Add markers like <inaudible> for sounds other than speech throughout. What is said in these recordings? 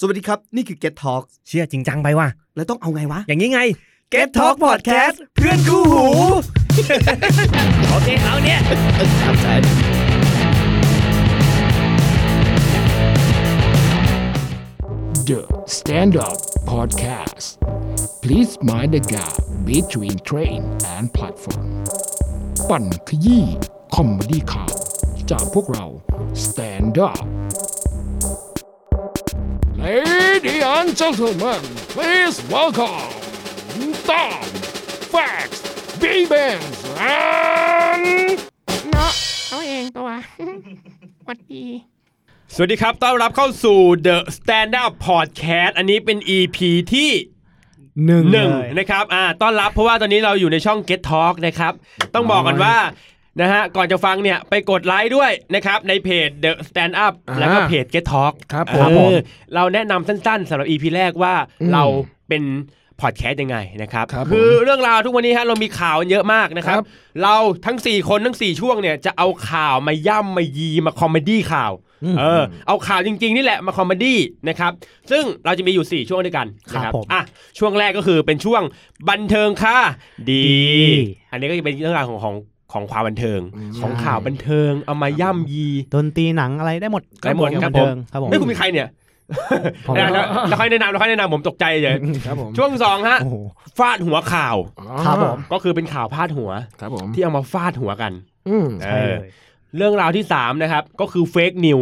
สวัสดีครับ นี่คือ Get Talk เชื่อจริงจังไปว่ะ แล้วต้องเอาไงวะ อย่างนี้ไง Get Talk Podcast เพื่อนคู่หู โอเคเอาเนี่ย The Stand Up Podcast. Please mind the gap between train and platform. ปั่นขยี้คอมเมดี้ข่าวจากพวกเรา Stand Up Lady and gentlemen, please welcome Tom, Fax, b b a n s and เนาะเขาเองตัว หวัดดี สวัสดีครับ ต้อนรับเข้าสู่ The Stand Up Podcast อันนี้เป็น EP ที่ หนึ่ง หนึ่งนะครับ อ่า ต้อนรับเพราะว่าตอนนี้เราอยู่ในช่อง Get Talk นะครับ ต้องบอกกันว่า นะฮะ ก่อนจะฟังเนี่ย ไปกดไลค์ด้วยนะครับ ในเพจ The Stand Up อ่า แล้วก็เพจ Get Talk ครับ เออ ผม เราแนะนำสั้นๆสำหรับ EP แรกว่าเราเป็นพอดแคสต์ยังไงนะครับ ครับผม คือเรื่องราวทุกวันนี้ฮะเรามีข่าวเยอะมากนะครับ ครับ เราทั้ง 4 คนทั้ง 4 ช่วงเนี่ยจะเอาข่าวมาย่ำมายีมาคอมเมดี้ข่าว เออเอาข่าวจริง ๆ นี่แหละมาคอมเมดี้นะครับซึ่งเราจะมีอยู่ 4 ช่วงด้วยกันนะค ครั รับบ ผม อ่ะช่วงแรกก็คือเป็นช่วงบันเทิงค่ะดี ดี อันนี้ก็จะเป็นเรื่องราวของของของความบันเทิงของข่าวบันเทิงเอามาย่ำยี ดนตรีหนังอะไรได้หมด ได้หมดครับผมเยวกันเทิงครับผม ไม่คุณมีใครเนี่ย ผม แล้วแล้วแล้วค่อยแนะนำแล้วค่อยแนะนำผมตกใจเฉย ครับผม ช่วงสองฮะ โอ้โห ฟาดหัวข่าว ครับผม ก็คือเป็นข่าวพาดหัว ครับผม ที่เอามาฟาดหัวกัน อืม เออเรื่องราวที่สามนะครับก็คือเฟกนิว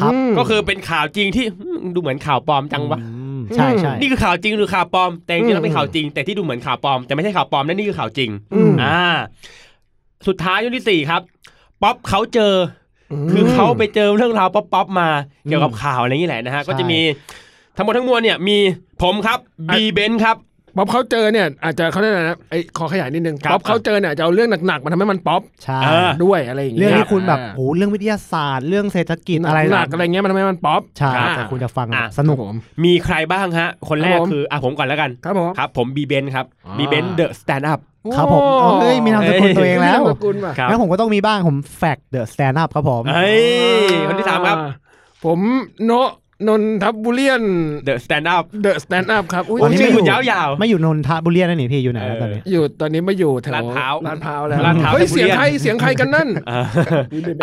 ครับ ก็คือเป็นข่าวจริงที่ <laughs> อืมดูเหมือนข่าวปลอมจังวะ มใช่ใช่ นี่คือข่าวจริงหรือข่าวปลอม แต่จ อื ริ ม งๆแล้วเป็นข่าวจริง แต่ที่ดูเหมือนข่าวปลอม แต่ไม่ใช่ข่าวปลอมนั่นนี่คือข่าวจริง อืม อ่า สุดท้ายช่วงที่สี่ครับ ป๊อปเขาเจออคือเขาไปเจอเรื่องราวป๊อปป๊อปมาเกี่ยวกับข่าวอะไรอย่างนี้แหละนะฮะ ก็จะมีทั้งหมดทั้งมวลเนี่ย มีผมครับบีเบนครับ ป๊อปเขาเจอเนี่ยอาจจะเขาเรียกอะไรนะไอ้ขอขยายนิดนึง ครับ ป๊อปเขาเจอเนี่ยจะเอาเรื่องหนักๆมาทำให้มันป๊อป ใช่ เออ ด้วยอะไรอย่าง เรื่ เงี้ อยงที่คุณแบบโอ้โหเรื่องวิทยาศาสตร์ เรื่องเศรษฐกิจอะไร หนักๆอะไรเงี้ยมันทำให้มันป๊อป ใช่ อ่า แต่คุณจะฟัง อ่ะ สนุก ผม มีใครบ้างฮะ คนแรก ครับผม คืออ่ะผมก่อนแล้วกัน ครับผม ครับ ผมบีเบนครับ อ่า บีเบนเดอะสแตนด์อัพ ครับผม โอ้ เอ้ยมีนามสกุลตัวเองแล้มีวนามสกุลป่ะ ครับ แล้วผมก็ต้องมีบ้างผมแฟกเดอะสแตนด์อัพครับผม เฮ้ยคนที่สามครับ ผมโนนนทับบุเรียน เดอะสแตนด์อัพ เดอะสแตนด์อัพครับอุ้ย วันนี้ ชื่อ ไม่อยู่ อยู่ ยาวๆ ไม่อยู่นนทบุรีนั่นนี่พี่อยู่ไหนแล้ว เออ ตอนนี้ อยู่ตอนนี้ไม่อยู่แถว ลาดพร้าว ลาดพร้าวแล้ว ลาดพร้าว เฮ้ย ทับบุเรียน เสียงใครเสียงใครกันนั่น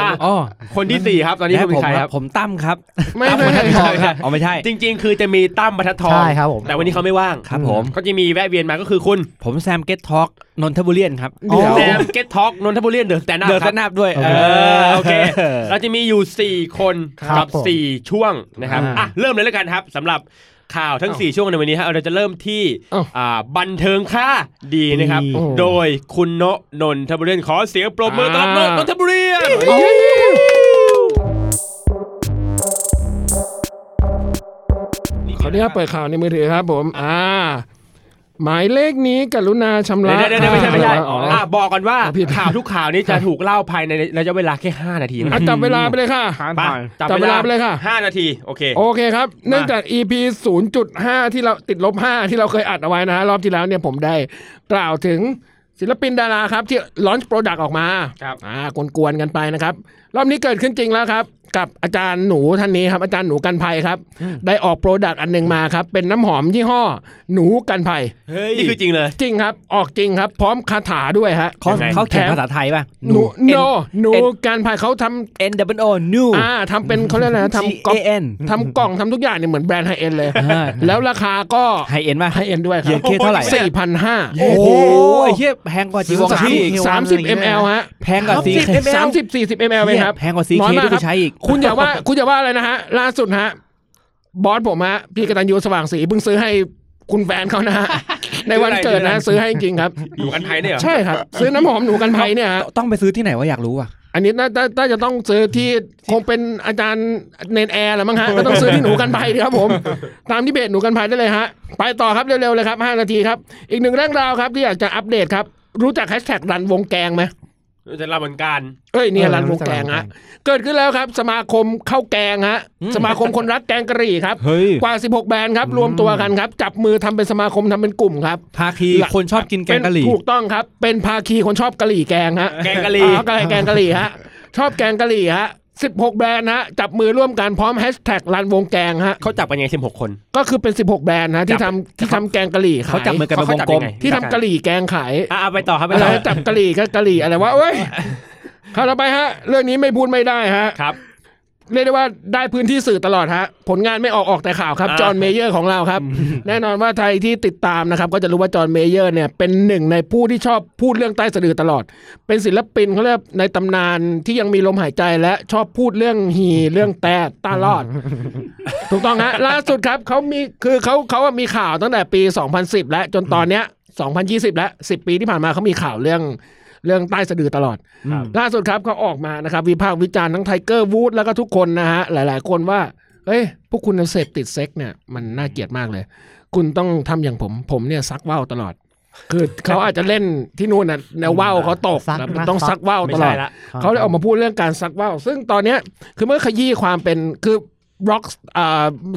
อ่ะอ่ะคนที่สี่ครับ ตอนนี้ และ คุณผมเป็นใคร ค ค รั รั บบ ผมตั้มครับ ไม่ไม่ไม่ ไม่ใช่ไม่ใช่ อ๋อไม่ใช่ จริงๆ คือจะมีตั้มบรรทัดทอง ใช่ครับผม แต่วันนี้เขาไม่ว่าง ครับผม ก็จะมีแวะเวียนมาก็คือคุณ ผมแซมเก็ตท็อกนนทบุรีนครับ เดี๋ยว แซมเก็ตท็อกนนทบุรีเดอะสแตนด์อัพ เดิน ค ส รับ นับด้วย เออโอเค เราจะมีอยู่ 4 คน ครับ กับ ผม 4 ช่วงนะครับ อ่า อ่ะเริ่มเลยแล้วกันครับสำหรับข่าวทั้ง 4 ช่วงในวันนี้ฮะเราจะเริ่มที่อ่าบันเทิงค่าดีนะครับ โดยคุณโนะนนทบุรีขอเสียงปรบมือต้อนรับโนะนนทบุรี ขออนุญาตเปิดข่าวในมือถือครับผมอ่า หมายเลขนี้กรุณาชำ เดี๋ ระ ยวเดี๋ยวเดี๋ยวไม่ใช่ไม่ใช่ อ๋อ อ่ะบอกก่อนว่า อ๋อผิด ข่าวทุกข่าวนี้จะถูกเล่าภายในระยะเวลาแค่ 5 นาทีนะ อ่ะจับเวลาไปเลยค่ะ ไป จับเวลาไปเลยค่ะ ห้านาที โอเค โอเคครับ เนื่องจาก EP 0.5 ที่เราติดลบ 5 ที่เราเคยอัดเอาไว้นะฮะ รอบที่แล้วเนี่ยผมได้กล่าวถึงศิลปินดาราครับ ที่ลอนช์โปรดักต์ออกมา ครับ อ่ากวนๆกันไปนะครับ รอบนี้เกิดขึ้นจริงแล้วครับ กับอาจารย์หนูท่านนี้ครับ อาจารย์หนูกันภัยครับ ได้ออกโปรดักต์อันหนึ่งมาครับ เป็นน้ำหอมยี่ห้อหนูกันภัย เฮ้ย นี่คือจริงเลย จริงครับ ออกจริงครับ พร้อมคาถาด้วยฮะ เขา ยังไง เขาเขียนภาษาไทยป่ะ หนู N- โนหนู N- กันภัยเขาทำ N W O New อ่าทำเป็นเขาเรียกอะไรนะ G ทำก๊อ A ป N <laughs> ทำกล่องทำทุกอย่างเนี่ยเหมือนแบรนด์ไฮเอ็นเลย อ่า แล้วราคาก็ ไฮเอ็นป่ะ ไฮเอ็นด้วยค เหยี รั ยดบเคเท่าไหร่ สี่พันห้า โอ้โหไอ้เหี้ยแพงกว่าจีวอง สาม ชี สามสิบมลฮะ แพงกว่าซีเค สามสิบสี่สิบมลไหมครับ แพงกว่าซี น้ เค อยมาก ที่ ค กู รับ ใช้อีก คุณอย่าว่าคุณอย่าว่าอะไรนะฮะ ล่าสุดฮะ บอสผมฮะ พี่กตันยูสว่างศรีเพิ่งซื้อให้คุณแฟนเขานะฮะ ในวันเกิดนะฮะซื้อให้จริงๆครับ อยู่กันไทยเนี่ยเหรอ ใช่ครับ ซื้อน้ำหอมหนูกันภัยเนี่ยฮะ ต้องไปซื้อที่ไหนวะอยากรู้อ่ะ อันนี้น่าน่าน่าจะต้องซื้อที่คงเป็นอาจารย์เนนแอร์แหละมั้งฮะ ก็ต้องซื้อที่หนูกันภัยดีครับผม <laughs> ตามที่เบสหนูกันภัยได้เลยฮะ ไปต่อครับเร็วๆเลยครับ 5 นาทีครับ อีกหนึ่งเรื่องราวครับที่อยากจะอัปเดตครับ รู้จักแฮชแท็กรันวงแกงไหม จะรับเหมือนกัน เอ้ยเนี่ย เออ รันวงแกง รู้จักรันวงแก ฮะ ง เกิดขึ้นแล้วครับ สมาคมข้าวแกงฮะสมาคมคนรักแกงกะหรี่ครับ เฮ้ย กว่า 16 แบรนด์ครับรวมตัวกันครับจับมือทำเป็นสมาคมทำเป็นกลุ่มครับ ภาคี หลัก คนชอบกินแกงกะหรี่ เป็นถูกต้องครับ เป็นภาคีคนชอบกะหรี่แกงฮะ แกงกะหรี่ อ๋อแกงแกงกะหรี่ฮะ ชอบแกงกะหรี่ฮะ 16 แบรนด์นะฮะจับมือร่วมกันพร้อมแฮชแท็กรันวงแกงฮะ เขาจับกันยังไงสิบหกคน ก็คือเป็น 16 แบรนด์นะที่ทำที่ทำแกงกะหรี่ขาย เขาจับมือกันเป็นวงกลม เขาจับยังไง ที่ทำกะหรี่แกงขาย อ่ะเอาไปต่อครับไป อะไร ต่อ จับกะหรี่ก็กะหรี่อะไรวะเอ้ย <laughs> ข่าวต่อไปฮะ เรื่องนี้ไม่พูดไม่ได้ฮะ ครับ เรียกได้ว่าได้พื้นที่สื่อตลอดฮะ ผลงานไม่ออกออกแต่ข่าวครับ อ่า จอห์นเมเยอร์ของเราครับ แน่นอนว่าใครที่ติดตามนะครับ ก็จะรู้ว่าจอห์นเมเยอร์เนี่ยเป็นหนึ่งในผู้ที่ชอบพูดเรื่องใต้สะดือตลอด เป็นศิลปินเขาเรียกในตำนานที่ยังมีลมหายใจและชอบพูดเรื่องฮีเรื่องแต่ตล <laughs> อด ถูกต้องฮะล่าสุดครับเขามีคือเขาเขาอะมีข่าวตั้งแต่ปี 2010 และจนตอนเนี้ย 2020 และ 10 ปีที่ผ่านมาเขามีข่าวเรื่องเรื่องใต้สะดือตลอด ครับ ล่าสุดครับเขาออกมานะครับ วิพากษ์วิจารณ์ทั้งไทเกอร์วูดแล้วก็ทุกคนนะฮะ หลายๆ คนว่า เฮ้ย พวกคุณเสพติดเซ็กเนี่ย มันน่าเกลียดมากเลย คุณต้องทำอย่างผมผมเนี่ยซักว่าวตลอด คือเขาอาจจะเล่นที่นู่นนะแนวว่าวเขาตก ซัก นะ นะ มันต้อง ซั ซัก ก ว่าว ไม่ ตลอ ใช่ ด ละ เขาเลยออกมาพูดเรื่องการซักว่าวซึ่งตอนเนี้ยคือเมื่อขยี้ความเป็นคือร็อก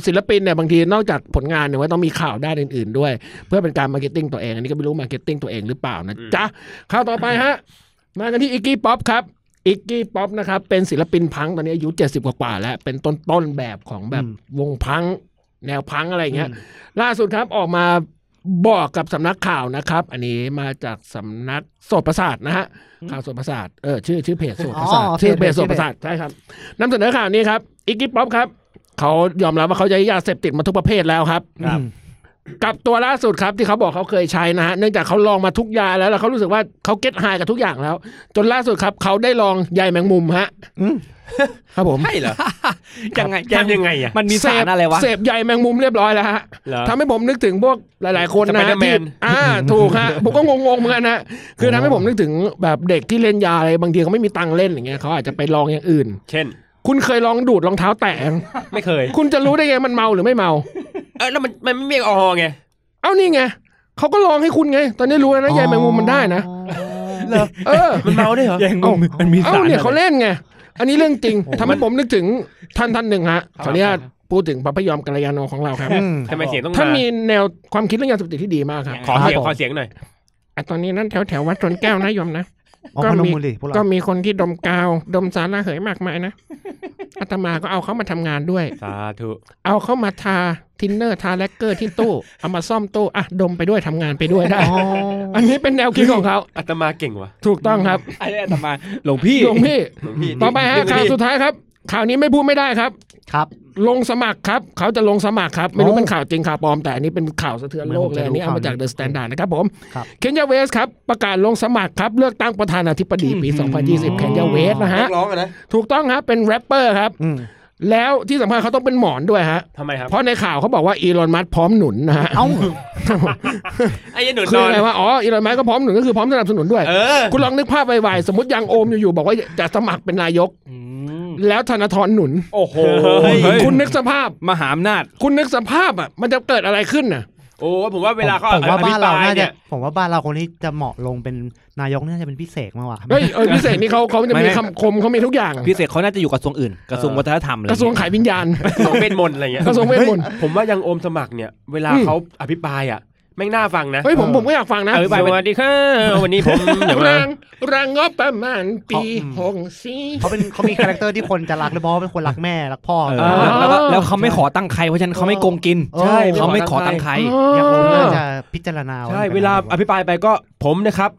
ศิลปินเนี่ยบางทีนอกจากผลงานเนี่ยว่าต้องมีข่าวด้านอื่น ๆ ด้วย เพื่อเป็นการมาร์เก็ตติ้งตัวเอง อันนี้ก็ไม่รู้มาร์เก็ตติ้งตัวเองหรือเปล่านะจ๊ะข่าวต่อไปฮะ มากันที่อิกกี้ป๊อปครับอิกกี้ป๊อปนะครับ เป็นศิลปินพังตอนนี้อายุ 70 กว่าๆแล้ว เป็นต้นต้นๆแบบของแบบ อืม วงพังแนวพังอะไรอย่างเงี้ย ล่าสุดครับออกมาบอกกับสำนักข่าวนะครับ อันนี้มาจากสำนักโสตประสาทนะฮะข่าวโสตประสาทเออชื่อชื่อเพจโสตประสาท อ๋อ ชื่อเพ เพ จ จ โสตประสาทใช่ครับนำเสนอข่าวนี้ครับอิกกี้ป๊อปครับเขายอมรับว่าเขาใช้ยาเสพติดมาทุกประเภทแล้วครับ ครับ กับตัวล่าสุดครับที่เขาบอกเขาเคยใช้นะฮะเนื่องจากเขาลองมาทุกยาแล้วแล้วเขารู้สึกว่าเขาเก็ตไฮกับทุกอย่างแล้ว จนล่าสุดครับเขาได้ลองใยแมงมุม <laughs> ฮะครับผม ใช่เหรอ ยังไง แจมยังไงอ่ะ มันมีสารอะไรวะ เสพใยแมงมุมเรียบร้อยแล้วฮะ เหรอ ทำให้ผมนึกถึงพวกหลาย ๆ คนนะ Spider-Man ที่ <laughs> อ่า ถูกฮะ ผมก็งงๆเหมือนกันนะคือทำให้ผมนึกถึงแบบเด็กที่เล่นยาอะไรบางทีเขาไม่มีตังค์เล่นอย่างเงี้ยเขาอาจจะไปลองอย่างอื่น เช่น คุณเคยลองดูดรองเท้าแตะยัง ไม่เคย คุณจะรู้ได้ไงมันเมาหรือไม่เมา เออแล้วมันมันไม่มีแอลกอฮอล์ไง เอ้านี่ไงเขาก็ลองให้คุณไง ตอนนี้รู้แล้วนะใยแมงมุมมันได้นะเออ มันเมาด้วยเหรอ ยังงงมันมี เอ้า สาร เนี่อะยไร เขาเล่นไง อันนี้เรื่องจริงทำให้ผมนึกถึงท่านท่านหนึ่งฮะขออนุญาตพูดถึงพระพยอมกัลยาโนของเราครับ อืม ทำไมเสียงต้อง ท่าน มา มีแนวความคิดเรื่องยาเสพติดที่ดีมากครับ ขอเสียง ครับผม ขอเสียงหน่อย อ่ะตอนนี้นั่นแถวแถววัดสวนแก้วนะโยมนะ อ๋อ ก็ พนม มี มือดิพวกเรา ก็มีคนที่ดมกาว ดมสารระเหยมากมายนะ อาตมาก็เอาเขามาทำงานด้วย สาธุ เอาเขามาทาทินเนอร์ทาแลกเกอร์ที่ตู้ เอามาซ่อมตู้อ่ะดมไปด้วยทำงานไปด้วยได้ อ๋อ อันนี้เป็นแนวคิดของเขา อาตมาเก่งว่ะ ถูกต้องครับ ไอ้เนี่ยอาตมาหลวงพี่ หลวงพี่ ต่อไปฮะ ดึงดิ ข่าวสุดท้ายครับ ข่าวนี้ไม่พูดไม่ได้ครับ ครับ ลงสมัครครับ เขาจะลงสมัครครับ ไม่รู้ อ๋อ เป็นข่าวจริงข่าวปลอมแต่อันนี้เป็นข่าวสะเทือนโลกเลย ไม่ผมจะ อันนี้เอามาจาก รู้ เดอะ ข่าวนี้ สแตนดาร์ดนะครับผม ครับ เคนยาเวสครับ ประกาศลงสมัครครับ เลือกตั้งประธานาธิบดีปี 2020 เคนยาเวสนะฮะ ร้องอะนะ ถูกต้องครับ เป็นแรปเปอร์ครับ อืม แล้วที่สำคัญเขาต้องเป็นหมอนด้วยฮะ ทำไมครับ เพราะในข่าวเขาบอกว่าอีลอนมัสก์พร้อมหนุนนะฮะ เอ้า ไอ้ยันหนุน คื น อ อน อะไรวะอ๋ออีลอนมัสก์ก็พร้อมหนุนก็คือพร้อมสนับสนุนด้วย เออ คุณลองนึกภาพไวๆสมมติยังโอมอยู่ๆบอกว่าจะสมัครเป็นนายก แล้วธนาธรหนุน โอ้โห เฮ้ย คุณนึกสภาพ มหาอำนาจ คุณนึกสภาพอ่ะมันจะเกิดอะไรขึ้นน่ะ โอ้ผมว่าเวลาเขา ผมว่าบ้านเรา อภิปย น่าจะ เนี่ย ผมว่าบ้านเราคนที่จะเหมาะลงเป็นนายกน่าจะเป็นพิเศษมากกว่า เฮ้ยเออพิเศษนี่เขาเขาจะ ไม่ มี ไม่ คำคมเขามีทุกอย่าง พิเศษเขาน่าจะอยู่กระทรวงอื่น กระทรวงวัฒนธรรมเลย กระทรวงขายวิญญาณ กระทรวงเวทมนต์อะไรเงี้ย กระทรวงเวทมนต์ ผมว่ายังโอมสมัครเนี่ย เวลาเขาอภิปรายอ่ะแม่งน่าฟังนะ เฮ้ยผม เออ ผมก็อยากฟังนะ อภิปรายสวัสดีครับวันนี้ผมเดี๋ยว แร มาง แรงงบประมาณปีหกสี่ เขาเป็นเขามีคาแรคเตอร์ที่คนจะรักเลยเพราะว่าเป็นคนรักแม่รักพ่อ เอ เอ อ อ แล้วก็แล้วเขาไม่ขอตั้งใครเพราะฉะนั้นเขาไม่โกงกิน ใช่ เขาไม่ขอตั้งใคร อยากรู้น่าจะพิจารณา ใช่เวลาอภิปรายไปก็ผมนะครับ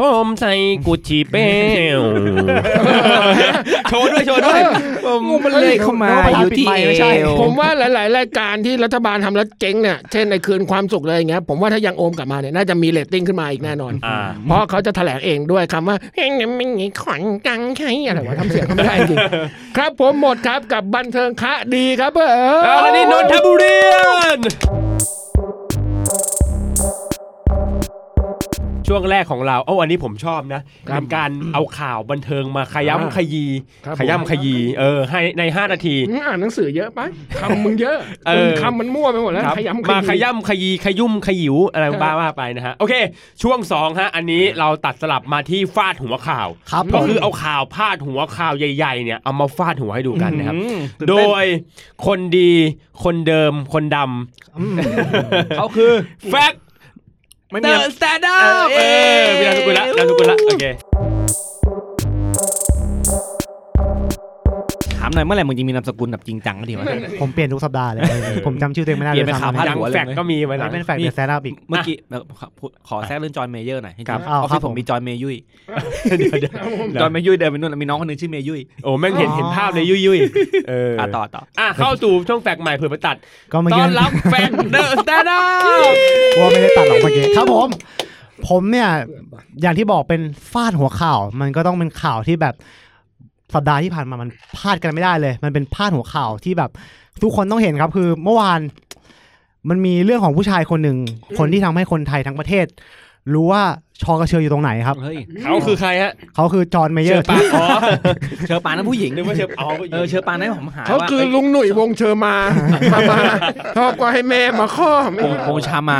ผมใส่กุชชี่เป้ว <laughs> โชว์ด้วยโชว์ด้วยผม งูมันเลยเข้ามาอยู่ที่เอว ผมว่าหลาย ๆ รายการที่รัฐบาลทำแล้วเจ๊งเนี่ยเช่นในคืนความสุขเลยอย่างเงี้ยผมว่าถ้ายังโอมกลับมาเนี่ยน่าจะมีเรตติ้งขึ้นมาอีกแน่นอน อ่า เพราะเขาจะแถลงเองด้วยคำว่าเฮ้ยยังไม่มีขวัญกังใครอะไรวะทำเสียงเขาไม่ได้จริงครับผมหมดครับกับบันเทิงคะดีครับเออ เอาแล้วนี่นนทบุรีช่วงแรกของเราเอ้าอันนี้ผมชอบนะครับ เป็นการเอาข่าวบันเทิงมาขย้ำขยี ครับ ขย้ำขยี เออ ให้ใน 5 นาที อืมอ่านหนังสือเยอะไปคำมึงเยอะ เออ มึงคำมันมั่วไปหมดแล้ว ครับ ขยำ มาขย้ำขยี ขยุ่มขยิวอะไร ครับ บ้าว่าไปนะฮะ โอเค ช่วง 2 ฮะ อันนี้เราตัดสลับมาที่ฟาดหัวข่าว ครับผ ก็ ม คือเอาข่าวพาดหัวข่าวใหญ่ๆเนี่ยเอามาฟาดหัวให้ดูกันนะครับ โดยคนดีคนเดิมคนด เขาคือ ำแฟก ไม่ เด มี อะสแตนด์อัพเออมีนามสกุลละนามสกุลละโอเค ามหน่อยเมื่อไหร่มึงจะมีนามสกุลแบบจริงจังก็ดีวะ ผมเปลี่ยนทุกสัปดาห์เลย ผมจำชื่อตัวเองไม่ได้ เปลี่ยนเป็น ด้ว ขาพาด ซ้ำ ยัง หัวเลย แฟก ไหม ก็มีไว้หลังนี่เป็นแฟกเดอะแซนด์อัพอีก เมื่อกี้แบบขอพูดขอแทรกเรื่องจอห์นเมเยอร์หน่อยจริงๆ ครับ ออฟ ครั ฟิ บ ศ ผ ผม มมีจอห์นเมยุย เดี๋ยวเดี๋ยว จอห์นเมยุยเดินไปนู่นแล้วมีน้องคนหนึงชื่อเมยุย โอ้แม่งเห็น อ๋อ เห็นภาพเลยยุยยุยเออ อ่ะ อ่ะ ต่อต่อ อ่ะเข้าสู่ช่องแฟกใหม่เผื่อไปตัด ก็เมื่อ ต้ กี้ อนรับแฟ <laughs> กเดอะสแตนด์ ว่าไม่ได้ตัดหรอกเมื่อกี้ครับผม ผมเนี่ย อย่างที่บอกเป็นฟาดหัวข่าว มันก็ต้องเป็นข่าวที่แบบสัปดาห์ที่ผ่านมามันพลาดกันไม่ได้เลย มันเป็นพลาดหัวข่าวที่แบบ ทุกคนต้องเห็นครับ คือเมื่อวาน มันมีเรื่องของผู้ชายคนหนึ่ง คนที่ทำให้คนไทยทั้งประเทศ รู้ว่าชอกระเชออยู่ตรงไหนครับ เฮ้ย เขาคือใครฮะ เขาคือจอห์นเมเยเชออ ร์ ปานอ๋อ เชอปานนั้นผู้หญิง นึกว่าเชอปาน เออเชอปานนั้นผมหา เขา ว่า คือลุงหนุ่ยวงเชอร์มามามาชอบก็ให้แม่มาข้อไม่ เอ้ยวงวงชามา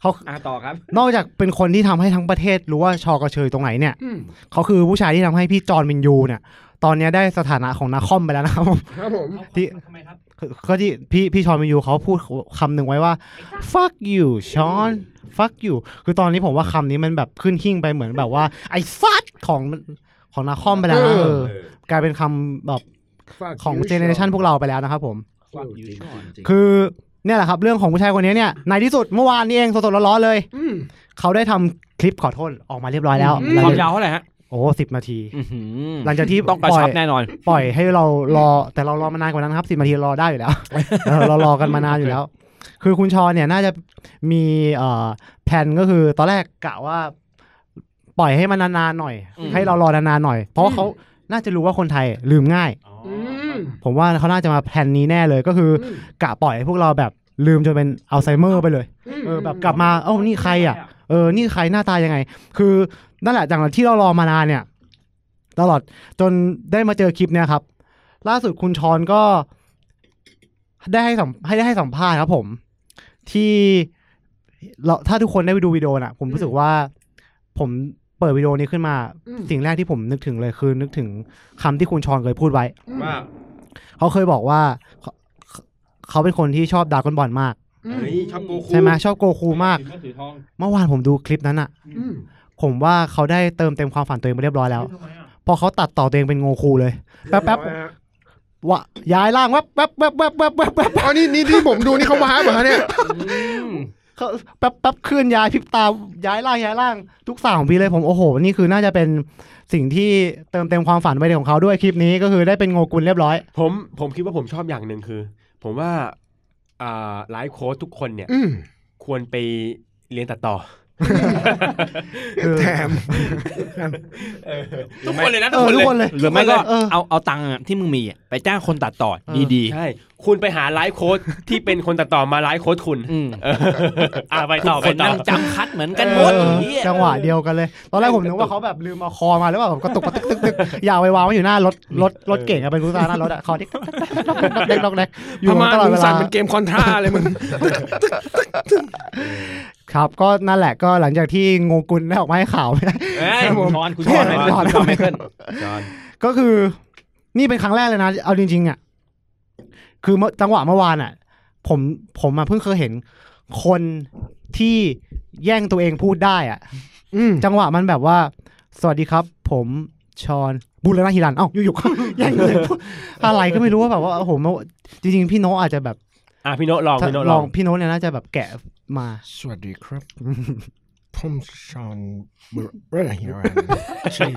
เขา อ่ะต่อครับ นอกจากเป็นคนที่ทำให้ทั้งประเทศรู้ว่าชอกระเชยตรงไหนเนี่ย อืม เขาคือผู้ชายที่ทำให้พี่จอห์นวินยูเนี่ย ตอนเนี้ยได้สถานะของนาคอมไปแล้วนะครับ ครับผม ที่ ทำไมครับ คือก็ที่พี่พี่ชอนวินยูเขาพูดคำหนึ่งไว้ว่า fuck you ชอน fuck you คือตอนนี้ผมว่าคำนี้มันแบบขึ้นหิ้งไปเหมือนแบบว่า ไอ้ฟัดของของนาคอมไปแล้วนะ เออ เออกลายเป็นคำแบบของเจเนเรชันพวกเราไปแล้วนะครับผม คือเนี่ยแหละครับ เรื่องของผู้ชายคนนี้เนี่ยในที่สุดเมื่อวานนี้เองสดๆร้อนๆเลย อืม เขาได้ทำคลิปขอโทษออกมาเรียบร้อยแล้ว อืม ความ หลังจก ยาวเท่าไหร่ฮะ โอ้สิบนาที อื้อหือ หลังจากที่ ต้องกระ ปล่ ชั อบ ย แน่นอน ปล่อยให้เรารอแต่เรารอมานานกว่านั้นครับสิบนาทีรอได้อยู่แล้ว เออเรารอกันมานานอยู่แล้ว คือคุณชอเนี่ยน่าจะมีเอ่อแผนก็คือตอนแรกกะว่า ปล่อยให้มันนานๆหน่อย อืม ให้เรารอนานๆหน่อย เพราะว่าเขาน่าจะรู้ว่าคนไทยลืมง่าย อืม ผมว่าเขาน่าจะมาแผนนี้แน่เลยก็คืออ ม กะปล่อยให้พวกเราแบบลืมจนเป็นอัลไซเมอร์ไปเลย อืม เออแบบกลับมาเอ้านี่ใครอ่ะเออนี่ใครหน้าตายังไง คือนั่นแหละจากที่เรารอมานานเนี่ย ตลอดจนได้มาเจอคลิปเนี่ยครับ ล่าสุดคุณชอนก็ ได้ให้สัมให้ได้ให้สัมภาษณ์ครับผม ที่เราถ้าทุกคนได้ไปดูวิดีโอน่ะ ผมรู้สึกว่า ผมเปิดวิดีโอนี้ขึ้นมา อืม สิ่งแรกที่ผมนึกถึงเลยคือ นึกถึงคำที่คุณชอนเคยพูดไว้ ว่า เขาเคยบอกว่าเขาเขาเป็นคนที่ชอบดรากอนบอลมาก อืม เฮ้ยชอบโกคุ ใช่ไหมชอบโกคูมาก ถือว่าถือทอง เมื่อวานผมดูคลิปนั้นอะ อืม ผมว่าเขาได้เติมเต็มความฝันตัวเองไปเรียบร้อยแล้ว พอเขาตัดต่อตัวเองเป็นโงคูเลย แป๊บๆวะย้ายร่างแว๊บแป๊บแป๊บแป๊บแป๊บแป๊บแป๊บ อ๋อนี่นี่ที่ผมดูนี่เขาว้าเหรอเนี่ย เขาแป๊บแป๊บเคลื่อนย้ายพริบตาย้ายร่างย้ายร่าง ทุกสาวของพี่เลยผมโอ้โห นี่คือน่าจะเป็นสิ่งที่เติมเต็มความฝันไปของเขาด้วยคลิปนี้ก็คือได้เป็นโงกุลเรียบร้อย ผมผมคิดว่าผมชอบอย่างหนึ่งคือ ผมว่าอ่าไลฟ์โค้ชทุกคนเนี่ย อืม ควรไปเรียนตัดต่อ คือ แถม ทุกคนเลยนะ เออทุกคนเลย หรือไม่ก็ เออ เอาเอาตังค์อะที่มึงมีอะไปจ้างคนตัดต่อ เออ ดี ใช่ คุณไปหาไลฟ์โค้ชที่เป็นคนตัดต่อมาไลฟ์โค้ชคุณ ๆอืม เอออ่าไปต่อ ค ไป น ต่อ นั่งจำคัดเหมือนกันหมด เออ เหี้ย จังหวะเดียวกันเลย ตอนแรกผมนึกว่าเขาแบบลืมมาคอมาหรือเปล่าแบบกระตุกกระตึกตึกตึกอย่าเอาไปวางไว้อยู่หน้ารถรถรถเก่งอะเป็นกุซ่าหน้ารถอะคอติ๊กต๊อกเด็กดอกเด็กอยู่ พม่า ตลอด มึง เว สั่ ลาน เป็นเกมคอนทราเลยมึง ครับ ก็นั่นแหละก็หลังจากที่งงกุลได้ออกมาให้ข่าว เอ้ย ครับผม ช้อนคุณ ช้ ช้อ อน น ช้อนช้อนไม่ขึ้นช้อน ก็คือ นี่เป็นครั้งแรกเลยนะ เอาจริงๆอะคือเมื่อจังหวะเมื่อวานอะผมผมมาเพิ่งเคยเห็นคนที่แย่งตัวเองพูดได้อะ อืม จังหวะมันแบบว่า สวัสดีครับ ผมชอนบุรณะฮิรันเอ้าอยู่ๆก็ <laughs> แย่งเลยพูดอะไรก็ไม่รู้ว่าแบบว่าโอ้โหมาจริงๆ พี่โนตอาจจะแบบ อ่ะพี่โนตลองพี่โนตล ล อ อง งพี่โนตเนี่ยน่าจะแบบแกะมา สวัสดีครับ ผมชอนบุรณะฮิรันที่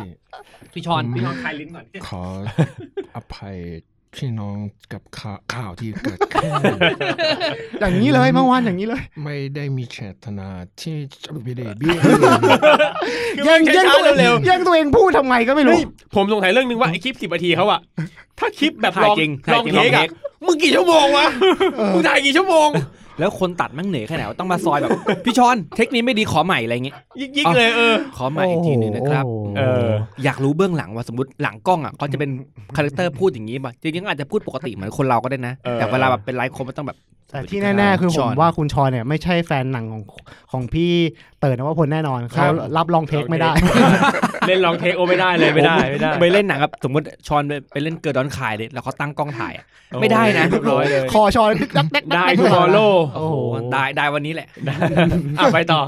พี่ชอนพี่ชอนคลายลิ้นก่อน ขออภัยพี่น้องกับข่าข่าวที่เกิดขึ้น อย่างนี้เลยเมื่อวานอย่างนี้เลย ไม่ได้มีเจตนาที่จะไปเดบิวต์ แย่ง คือมันช้างๆแย่งตัวเอเร็ว แย่งตัวเองพูดทำไมก็ไม่รู้ เฮ้ยผมสงสัยเรื่องนึงว่าไอคลิปสิบนาทีเขาอะถ้าคลิปแบบลอง ถ่ายจริง ลอง ถ่ายจริง เทลองเทคอะ ค มึงกี่ชั่วโมงวะมึงถ่ายกี่ชั่วโมง แล้วคนตัดมั่งเหนื่อยแค่ไหนวะต้องมาซอยแบบ พี่ชอนเทคนิคไม่ดีขอใหม่อะไรเงี้ย ยิกยิกเลยเออ ขอใหม่อีกทีหนึงนะครับ โอ้โห เออ อยากรู้เบื้องหลังว่าสมมติหลังกล้องอ่ะเขาจะเป็นคาแรคเตอร์พูดอย่างนี้ป่ะจริงๆอาจจะพูดปกติเหมือนคนเราก็ได้นะ เออ แต่เวลาแบบเป็นไลฟ์คมมันต้องแบบ แต่ที่แน่ๆ คือผมว่าคุณชอนเนี่ยไม่ใช่แฟนหนังของของพี่เต๋อนวพลแน่นอนเขารับรองเทคไม่ได้ เล่นลองเทคโอไม่ได้เลยไม่ได้ไม่ได้ ไปเล่นหนังครับสมมติชอนไปไปเล่นเกิร์ดอนคายเลยแล้วเขาตั้งกล้องถ่ายอะไม่ได้นะ เรียบร้อยเลย คอชอนดักๆๆๆ ได้ทูมอโล โอ้โห ได้ได้วันนี้แหละ อ่ะไปต่อ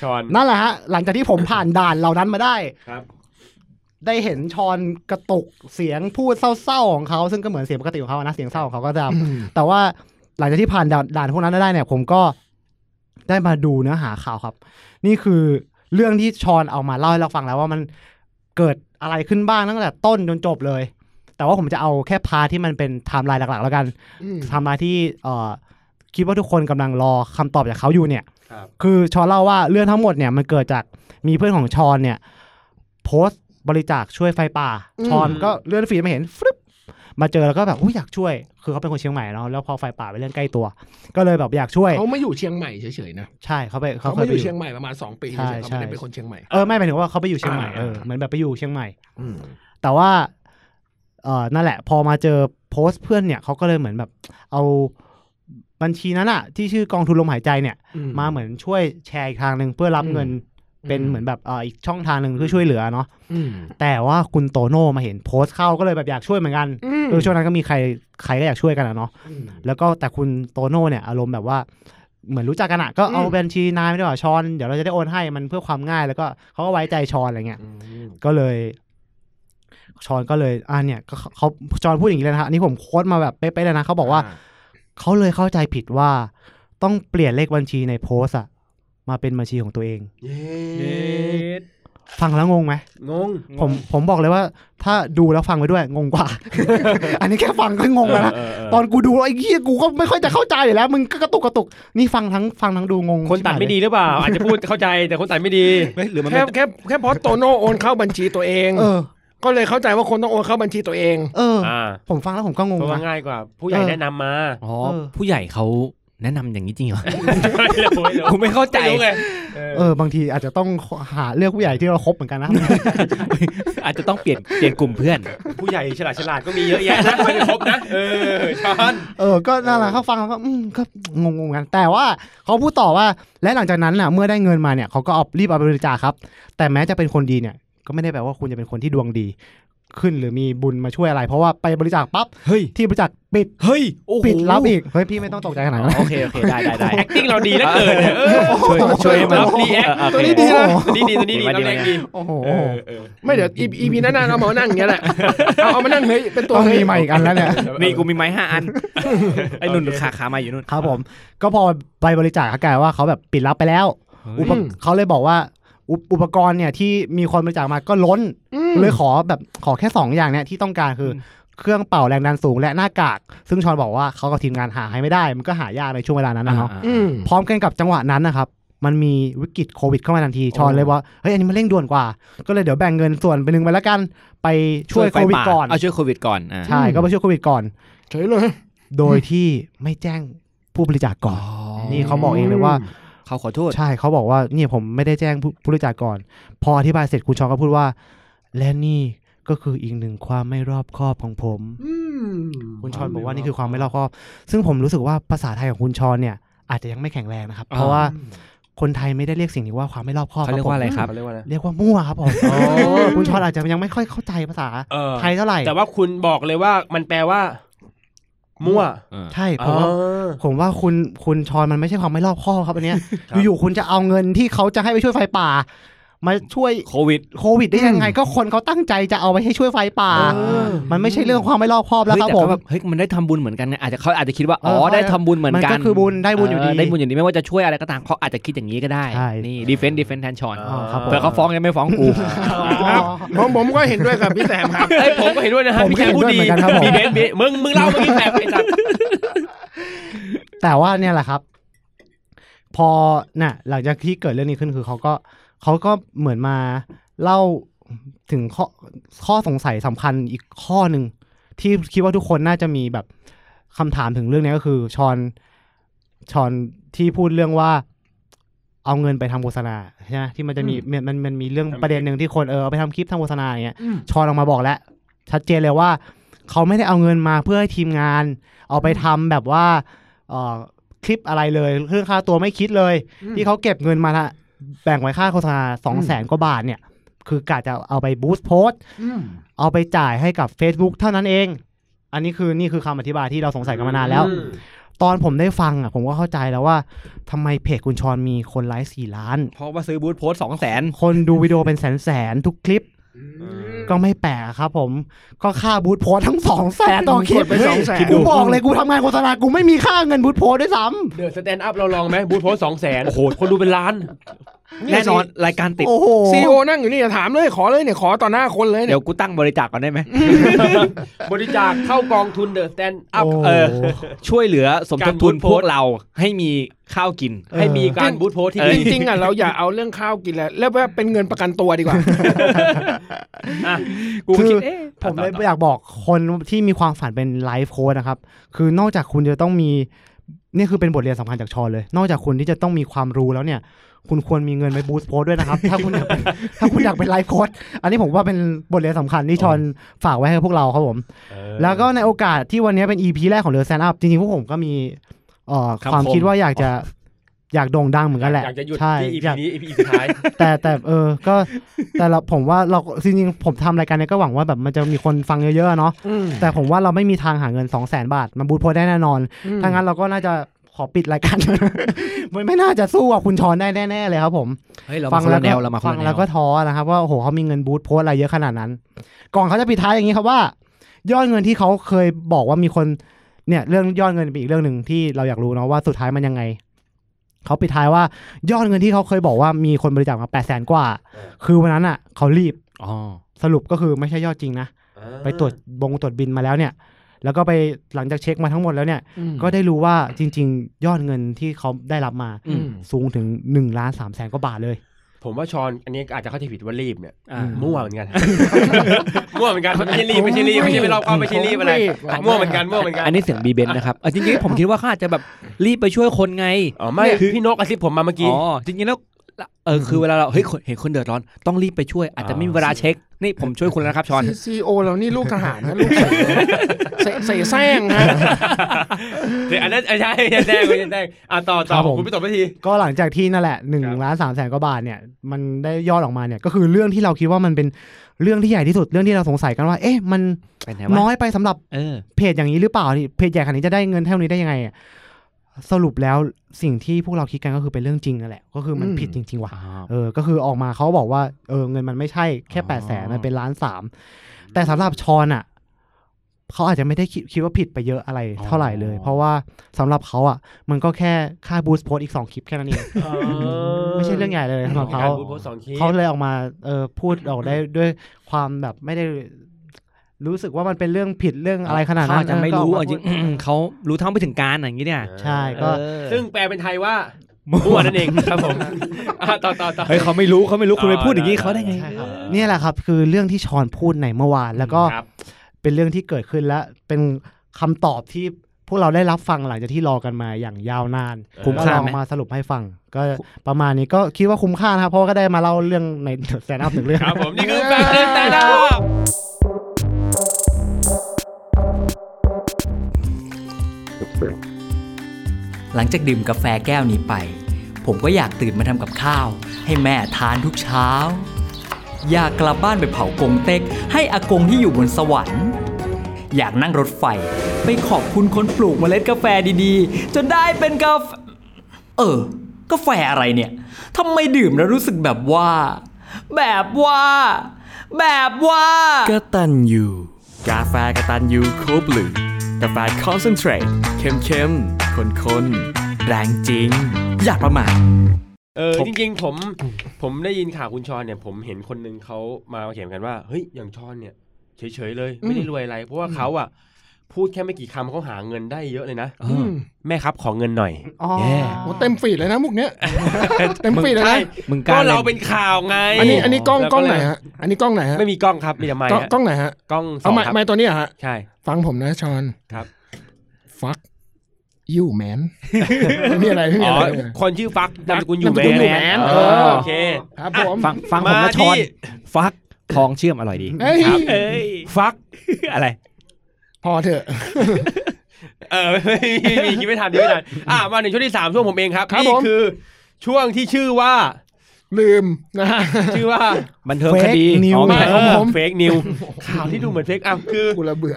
ช้อน นั่นแหละฮะ หลังจากที่ผมผ่านด่านเหล่านั้นมาได้ ครับ ได้เห็นชอนกระตุกเสียงพูดเศร้าๆของเขาซึ่งก็เหมือนเสียงปกติของเขาอะนะเสียงเศร้าของเขาก็จะ แต่ว่าหลังจากที่ผ่านด่านด่านพวกนั้นได้เนี่ย ผมก็ได้มาดูเนื้อหาข่าวครับ นี่คือเรื่องที่ชอนเอามาเล่าให้เราฟังแล้วว่ามันเกิดอะไรขึ้นบ้างตั้งแต่ต้นจนจบเลย แต่ว่าผมจะเอาแค่พาร์ทที่มันเป็นไทม์ไลน์หลักๆ แล้วกัน อืม ทำมาที่เอ่อคิดว่าทุกคนกำลังรอคำตอบจากเขาอยู่เนี่ย ครับ คือชอนเล่าว่าเรื่องทั้งหมดเนี่ยมันเกิดจากมีเพื่อนของชอนเนี่ย โพสต์บริจาคช่วยไฟป่า อืม ชอนก็เลื่อนฟีดมาเห็นฟรึบมาเจอแล้วก็แบบอุ้ยอยากช่วย คือเขาเป็นคนเชียงใหม่เนาะแล้วพอไฟป่าเป็นเรื่องใกล้ตัว ก็เลยแบบอยากช่วย <laughs> เขาไม่อยู่เชียงใหม่เฉยๆนะ ใช่เขาไปเขา เขาไม่อเคยไป ยู่ อ เชีย ยู่ งใหม่ประมาณสองปี ใช่ เฉยๆเขาไม่ได้ ใช่ เป็นคนเชียงใหม่ เออไม่หมายถึงว่าเขาไปอยู่เชียงใหม่เออเหมือนแบบไปอยู่เชียงใหม่ อืม แต่ว่าเออนั่นแหละ พอมาเจอโพสต์เพื่อนเนี่ยเขาก็เลยเหมือนแบบ เอาบัญชีนั้นอะที่ชื่อกองทุนลมหายใจเนี่ย อื มาเหมือนช่วยแชร์อีกทางหนึ่งเพื่อรับ อืม เงินเป็นเหมือนแบบเอ่ออีกช่องทางหนึ่งเพื่อช่วยเหลือเนาะ อืม แต่ว่าคุณโตโน่มาเห็นโพสต์เข้าก็เลยแบบอยากช่วยเหมือนกันเออช่วงนั้นก็มีใครใครก็อยากช่วยกันอะเนาะ อืม แล้วก็แต่คุณโตโน่เนี่ยอารมณ์แบบว่าเหมือนรู้จักกันอะก็เอา อืม บัญชีนายไม่ได้หรอชอนเดี๋ยวเราจะได้โอนให้มันเพื่อความง่ายแล้วก็เขาก็ไว้ใจชอนอะไรเงี้ย อืม ก็เลยชอนก็เลยอ่าเนี่ยก็เขาเขาชอนพูดอย่างนี้เลยนะฮะอันนี่ผมโค้ดมาแบบเป๊ะๆเลยนะเขาบอกว่า เขาเลยเข้าใจผิดว่าต้องเปลี่ยนเลขบัญชีในโพสต์อะมาเป็นบัญชีของตัวเอง ฟังแล้วงงไหม งง ผมผมบอกเลยว่า ถ้าดูแล้วฟังไปด้วยงงกว่า <laughs> อันนี้แค่ฟังก็งงแล้วนะตอนกูดูไอ้เหี้ยกูก็ไม่ค่อยจะเข้าใจอยู่แล้วมึงก็กระตุกกระตุกนี่ฟังทั้งฟังทั้งดูงง คนตัดไม่ดีหรือเปล่า อาจจะพูดเข้าใจแต่คนตัดไม่ดี เฮ้ยหรือมัน แค่ เป็น แค่แค่เพราะโตโน่โอนเข้าบัญชีตัวเอง เออ ก็เลยเข้าใจว่าคนต้องโอนเข้าบัญชีตัวเอง เออ อ่า ผมฟังแล้วผมก็งง เพราะว่า นะ ง่ายกว่า ผู้ใหญ่ เออ แนะนำมา <laughs> อ๋อ เออ ผู้ใหญ่เขาแนะนำอย่างนี้จริงเหรอ ไม่รู้ ผมไม่เข้าใจ ไม่รู้ไง เออบางทีอาจจะต้องหาเลือกผู้ใหญ่ที่เราคบเหมือนกันนะ <laughs> อาจจะต้องเปลี่ยนเปลี่ยนกลุ่มเพื่อน ผู้ใหญ่ฉลาดฉลาดๆก็มีเยอะแยะนะไม่ได้ครบนะเออชอน เออ ก็นั่นแหละเขาฟังแล้วก็อืมก็งงงๆกัน แต่ว่าเขาพูดต่อว่า และหลังจากนั้นน่ะ เมื่อได้เงินมาเนี่ยเขาก็เอารีบเอาไปบริจาคครับ แต่แม้จะเป็นคนดีเนี่ย ก็ไม่ได้แปลว่าคุณจะเป็นคนที่ดวงดี ขึ้นหรือมีบุญมาช่วยอะไร เพราะว่าไปบริจาคปั๊บ เฮ้ย ที่บริจาคปิด เฮ้ย โอ้โห ปิดรับอีก เฮ้ย พี่ไม่ต้องตกใจขนาดนั้น โอเค โอเค ได้ได้ได้ acting เราดีเหลือเกินเออ ช่วยช่วยให้มัน รับ react เออเออ ตัวนี้ โอเค ดีนะ ตัวนี้ดีตัวนี้ดี ดีมาก ตัวนี้ ดี ดี มาก โอ้โห เออเออ ไม่เดี๋ยวอีอีพีหน้าๆเอามานั่งอย่างเงี้ยแหละ เอาเอามานั่งเฮ้ยเป็นตั ต้ ว อง เฮ้ย มีใหม่อีกอันแล้วเนี่ย นี่กูมีไม้ห้าอัน ไอ้นุ่นขาขามาอยู่นุ่น ครับผม ก็พอไปบริจาคเขากลายว่าเขาแบบปิดรับไปแล้ว อุปกรณ์เขาเลยบอกว่าอุปอุปกรณ์เนี่ยที่มีคนบริจาคมาก็ล้น อืม เลยขอแบบขอแค่ 2 อย่างเนี่ยที่ต้องการคืออเครื่องเป่าแรงดันสูงและหน้ากาก ซึ่งชอนบอกว่าเขากับทีมงานหาให้ไม่ได้ มันก็หายากในช่วงเวลานั้นนะเนาะ อืม พร้อมกันกับจังหวะนั้นนะครับ มันมีวิกฤตโควิดเข้ามาทันที ชอนเลยว่าเฮ้ยอันนี้มันเร่งด่วนกว่า ก็เลยเดี๋ยวแบ่งเงินส่วนไปหนึ่งไปแล้วกันไปช่วยโควิดก่อน เอาช่วยโควิดก่อนอ่า ใช่ก็ไปช่วยโควิดก่อน เฉยเลย โดยที่ไม่แจ้งผู้บริจาคก่อน นี่เขาบอกเองเลยว่า เขาขอโทษ ใช่เขาบอกว่าเนี่ยผมไม่ได้แจ้งผู้ผู้บริจาคก่อน พออธิบายเสร็จคุณชองก็พูดว่า และนี่ก็คืออีกหนึ่งความไม่รอบคอบของผม คุณชอนบอกว่านี่คือความไม่รอบคอบ ซึ่งผมรู้สึกว่าภาษาไทยของคุณชอนเนี่ย อาจจะยังไม่แข็งแรงนะครับ อ่า เพราะว่าคนไทยไม่ได้เรียกสิ่งนี้ว่าความไม่รอบคอบ เขาเรียกว่าอะไรครับ เขาเรียกว่าอะไร เรียกว่ามั่วครับผมคุณชอนอาจจะยังไม่ค่อยเข้าใจภาษา เออ ไทยเท่าไหร่ แต่ว่าคุณบอกเลยว่ามันแปลว่า มั่ว ใช่ผมว่า อ๋อ ผมว่าคุณคุณชอนมันไม่ใช่ความไม่รอบคอบครับอันเนี้ย ครับ อยู่ๆคุณจะเอาเงินที่เขาจะให้ไปช่วยไฟป่า มาช่วย โควิด โควิดได้ยังไง ก็คนเขาตั้งใจจะเอาไปให้ช่วยไฟป่า มันไม่ใช่เรื่องความไม่รอบคอบแล้ว เฮ้ย ครับ แต่ ผม ก็แบบเฮ้ยมันได้ทำบุญเหมือนกันไงอาจจะเขาอาจจะคิดว่า อ๋อ เออ ได้ทำบุญเหมือนกัน มันก็คือบุญได้บุญอยู่ดี เได้บุญอย่างนี้ไม่ว่าจะช่วยอะไรก็ตามเขาอาจจะคิดอย่างนี้ก็ได้ ใช่ นี่ดีเฟนต์ดีเฟนต์แทนชอน อ๋อครับผม เผื่อเขาฟ้องยังไม่ฟ้องกู ครับผมผมก็เห็นด้วยกับพี่แซมครับ เอ้ยผมก็เห็นด้วยนะฮะ ผม พี่ ก็ แจ๊ค เห็น พูด ด้วย ดี เหมือนกันครับผม มีเบนซ์มีมึงมึงเล่าเมื่อกี้แบบไอ้สัตว์ แต่ว่าเนี่ยแหละครับ พอน่ะ หลังจากที่เกิดเรื่องนี้ขึ้นคือเขาก็เขาก็เหมือนมาเล่าถึงข้อข้อสงสัยสำคัญอีกข้อหนึ่งที่คิดว่าทุกคนน่าจะมีแบบคำถามถึงเรื่องนี้ก็คือชอนชอนที่พูดเรื่องว่า เอาเงินไปทำโฆษณาใช่ไหมที่มันจะมีมันมันมันมีเรื่องประเด็นหนึ่งที่คนเออเอาไปทำคลิปทำโฆษณาอย่างเงี้ย อืม ชอนออกมาบอกแล้ว ชัดเจนเลยว่าเขาไม่ได้เอาเงินมาเพื่อให้ทีมงาน เอาไปทำแบบว่าเอ่อคลิปอะไรเลยเรื่องค่าตัวไม่คิดเลย ที่เขาเก็บเงินมาละแบ่งไว้ค่าโฆษณาสองแสนกว่าบาทเนี่ย คือกะจะเอาไปบูสต์โพสต์เอาไปจ่ายให้กับ Facebook เท่านั้นเอง อันนี้คือนี่คือคำอธิบายที่เราสงสัยกันมานานแล้ว ตอนผมได้ฟังอ่ะผมก็เข้าใจแล้วว่าทำไมเพจคุณชอนมีคนไลค์สี่ล้าน เพราะว่าซื้อบูธโพสสองแสน คนดูวิดีโอเป็นแสนแสนๆทุกคลิป ก็ไม่แปลกครับผม ก็ค่าบูธโพสทั้งสองแสนต่อคลิ ก ป ดไปสองแสน กูบอกเลยกูทำงานโฆษณากูไม่มีค่าเงินบูธโพสด้วยซ้ เดือดสแตนด์อัพเราลองไหมบูธโพสสองแสนโอ้โหคนดูเป็นล้าน แน่นอนรายการติด ำโอ้โห ซีโอนั่งอยู่นี่อย่าถามเลยขอเลยเนี่ยขอต่อหน้าคนเลยเนี่ เดี๋ ย ยวกูตั้งบริจาคก่อนได้ไหม บริจาคเข้ากองทุนเดอะสแตนด์อัพ โอ้ เออ ช่วยเหลือสมทบทุน การบูทโพสพต์วกเราให้มีข้าวกิน เออ ให้มีการบูธโพสที่ จ ดี ริงๆอ่ะเราอย่าเอาเรื่องข้าวกินแล้วแล้วว่าเป็นเงินประกันตัวดีกว่า อ่ะ กูก็ คือ คิด ผมเลย ต่อต่อ อยากบอกคนที่มีความฝันเป็นไลฟ์โค้ชนะครับ คือนอกจากคุณจะต้องมีนี่คือเป็นบทเรียนสำคัญจากชอนเลย นอกจากคุณที่จะต้องมีความรู้แล้วเนี่ย คุณควรมีเงินไปบูสต์โพสต์ด้วยนะครับ ถ้าคุณอยาก <laughs> เป็นถ้าคุณอยากเป็นไลฟ์โค้ชอันนี้ผมว่าเป็นบทเรียนสำคัญที่ชอนฝากไว้ให้พวกเราครับผม แล้วก็ในโอกาสที่วันนี้เป็น EP แรกของเรือแซนด์อัพจริงๆพวกผมก็มีเอ่อ คำ ความ คม คิดว่าอยากจะอยากโด่งดังเหมือนกันแหละ อยากจะหยุด ใช่ ที่อี อยาก พีนี้อีพีสุดท้าย แต่แต่เออ ก็แต่เราผมว่าเราจริงๆผมทำรายการเนี้ยก็หวังว่าแบบมันจะมีคนฟังเยอะๆเนาะแต่ผมว่าเราไม่มีทางหาเงิน 2 0 0 0 0 0 บาท มาบูทโพสได้แน่นอน ถ้างั้นเราก็น่าจะขอปิดรายการ <laughs> มันไม่น่าจะสู้กับคุณชอนได้แน่ๆเลยครับผม เฮ้ยเรา ฟั มาคน แล้ว ละแน ก็ วเรามาคน ฟัง ละแน แล้ว ว ก็ท้อนะครับว่าโอ้โหเขามีเงินบูทโพสอะไรเยอะขนาดนั้น ก่อนเขาจะปิดท้ายอย่างนี้ครับว่า ยอดเงินที่เขาเคยบอกว่ามีคนเนี่ยเรื่องยอดเงินเป็นอีกเรื่องหนึ่งที่เราอยากรู้เนาะว่าสุดท้ายมันยังไง เขาปิดท้ายว่ายอดเงินที่เขาเคยบอกว่ามีคนบริจาคมาแปดแสนกว่า คือวันนั้นอ่ะ เขารีบ อ๋อ สรุปก็คือไม่ใช่ยอดจริงนะ ไปตรวจบงตรวจบินมาแล้วเนี่ย แล้วก็ไปหลังจากเช็คมาทั้งหมดแล้วเนี่ย ก็ได้รู้ว่าจริง ๆ ยอดเงินที่เขาได้รับมา อืม สูงถึง1นึ่งล้านสามแสนกว่าบาทเลย ผมว่าชอนอันนี้อาจจะเข้าใจผิดว่ารีบเนี่ย อ่า มั่วเหมือนกัน <laughs> มั่วเหมือนกันไม่ใช่รีบไม่ใช่รีบไม่ใช่ไปรอบเข้าไม่ใช่รีบอะไร ผมรีบ มั่วเหมือนกันมั่วเหมือนกัน อันนี้เสียงบีเบนนะครับอ่ะจริงๆ ผมคิดว่าเขาอาจจะแบบรีบไปช่วยคนไง อ๋อไม่ เนี่ย พี่นกกระซิบผมมาเมื่อกี้ อ๋อจริงๆแล้วเออคือเวลาเราเฮ้ยคนเห็นคนเดือดร้อนต้องรีบไปช่วย อาจจะไม่มีเวลาเช็ค นี่ผมช่วยคุณแล้วนะครับชอน ซีโอเรานี่ลูกทหารนะลูกเสเสแสร้งฮะ เดี๋ยวอันนั้นอ่ะใช่ใช่ใช่ใช่ใช่อ่ะต่อต่อ ครับผม คุณพี่ตอบไปที ก็หลังจากที่นั่นแหละ1นึ่งล้านสามแสนกว่าบาทเนี่ยมันได้ยอดออกมาเนี่ยก็คือเรื่องที่เราคิดว่ามันเป็นเรื่องที่ใหญ่ที่สุดเรื่องที่เราสงสัยกันว่า เอ๊ะมัน ไปไหนวะ น้อยไปสำหรับ เออ เพจอย่างนี้หรือเปล่านี่เพจใหญ่ขนาดนี้จะได้เงินเท่านี้ได้ยังไงอะสรุปแล้วสิ่งที่พวกเราคิดกันก็คือเป็นเรื่องจริงนั่นแหละ ก็คือมัน อืม ผิดจริง ๆ ว่ะเออ ก็คือออกมาเขาบอกว่าเออเงินมันไม่ใช่แค่ อ๋อ แปดแสนมันเป็นล้านสามแต่สำหรับชอนอ่ะเขาอาจจะไม่ได้คิดคิดว่าผิดไปเยอะอะไรเท่าไหร่เลย เพราะว่าสำหรับเขาอ่ะ มันก็แค่ค่าบูสต์โพสต์อีกสองคลิปแค่นั้นเองไม่ใช่เรื่องใหญ่เลยสำหรับกาเขารบูทโพสต์สองคลิป เขาเลยออกมาเออพูดออกได้ด้วยความแบบไม่ได้รู้สึกว่ามันเป็นเรื่องผิดเรื่องอะไรขนาดนั้น เขาจจะไม่รู้ เออ เอาจ ก็ออกาพู ริ ด งๆเขารู้เท่าไม่ถึงการอะอย่างนี้เนี่ย ใช่ก็ เออ ซึ่งแปลเป็นไทยว่ามั่วนั่นเองครับ <laughs> ผมอ่ะต่อต่อต่อ เฮ้ยเขาไม่รู้เขาไม่รู้คุณไป อ๋อ พูดอย่างนี้ ได้ เขาได้ไง ใช่ครับ เนี่ยแหละครับ คือเรื่องที่ชอนพูดในเมื่อวาน แล้วก็ ครับ เป็นเรื่องที่เกิดขึ้นและเป็นคำตอบที่พวกเราได้รับฟังหลังจากที่รอกันมาอย่างยาวนาน คุ้ม ก็ ค่า ลอง ไหม มาสรุปให้ฟัง ก็ประมาณนี้ก็คิดว่าคุ้มค่านะครับเพราะว่าก็ได้มาเล่าเรื่องในแซนด์อัพหนึ่งเรื่อง ครับผมนี่คือแปลเป็นไทยแล้ว หลังจากดื่มกาแฟแก้วนี้ไป ผมก็อยากตื่นมาทำกับข้าว ให้แม่ทานทุกเช้า อยากกลับบ้านไปเผากงเต็ก ให้อากงที่อยู่บนสวรรค์ อยากนั่งรถไฟ ไปขอบคุณคนปลูกเมล็ดกาแฟดีๆ จนได้เป็นกาแฟ เออ กาแฟอะไรเนี่ยทำไมดื่มแล้วรู้สึกแบบว่า แบบว่า แบบว่า กตันยูกาแฟกตันยูโคบหรือกาแฟคอนเซนเทรตเข้มเข้มข้นข้นๆแรงจริง อย่าประมาท เออจริงๆผมผมได้ยินข่าวคุณชอนเนี่ยผมเห็นคนหนึงเขามาเขียนกันว่าเฮ้ยอย่างชอนเนี่ยเฉยๆเลยไม่ได้รวยอะไร เพราะว่าเขาอ่ะพูดแค่ไม่กี่คำเขาหาเงินได้เยอะเลยนะ อืม แม่ครับขอเงินหน่อย อ๋อ แย่ โหเต็มฟีดเลยนะมุกเนี้ยเต็มฟีดเลย ใช่ นะ มึงกล้า ก็ ล่น เราเป็นข่าวไง อันนี้อันนี้กล้อง เาก ล้องไหน เย ฮะอันนี้กล้องไหนฮะ ไม่มีกล้องครับมีแต่ไม้ กล้องกล้องไหนฮะ กล้องสอ เอา ง ไม้ ครับ ไม้ตัวเนี้ยฮะ ใช่ ฟังผมนะชอน ครับ ฟักยูแมน <laughs> ไม่มีอะไรไม่มี อ๋อ อะไร คนชื่อฟักนามสกุลอยู่ นามสกุลอยู่ แม แม น น เอ เอ อ อ โอเค ครับผม ฟังฟังผม มา นะชอน ที่ ฟักทองเชื่อมอร่อยดี เอ้ย ครับเอ้ยฟัก อะไร พอเถอะ เออไม่ไม่มีคิดไม่ทันคิดไม่ทันอ่ะมาถึงช่วงที่สามช่วงผมเองครับ ครับ นี่ ผม คือช่วงที่ชื่อว่า ลืม <laughs> นะฮะ ชื่อว่า บันเทิง Fake คดี news อ๋อไม่ ไม่ ใช่ ของผม เฟกนิวข่าวที่ดูเหมือนเฟกอ่ะคือ กูละเบื่อ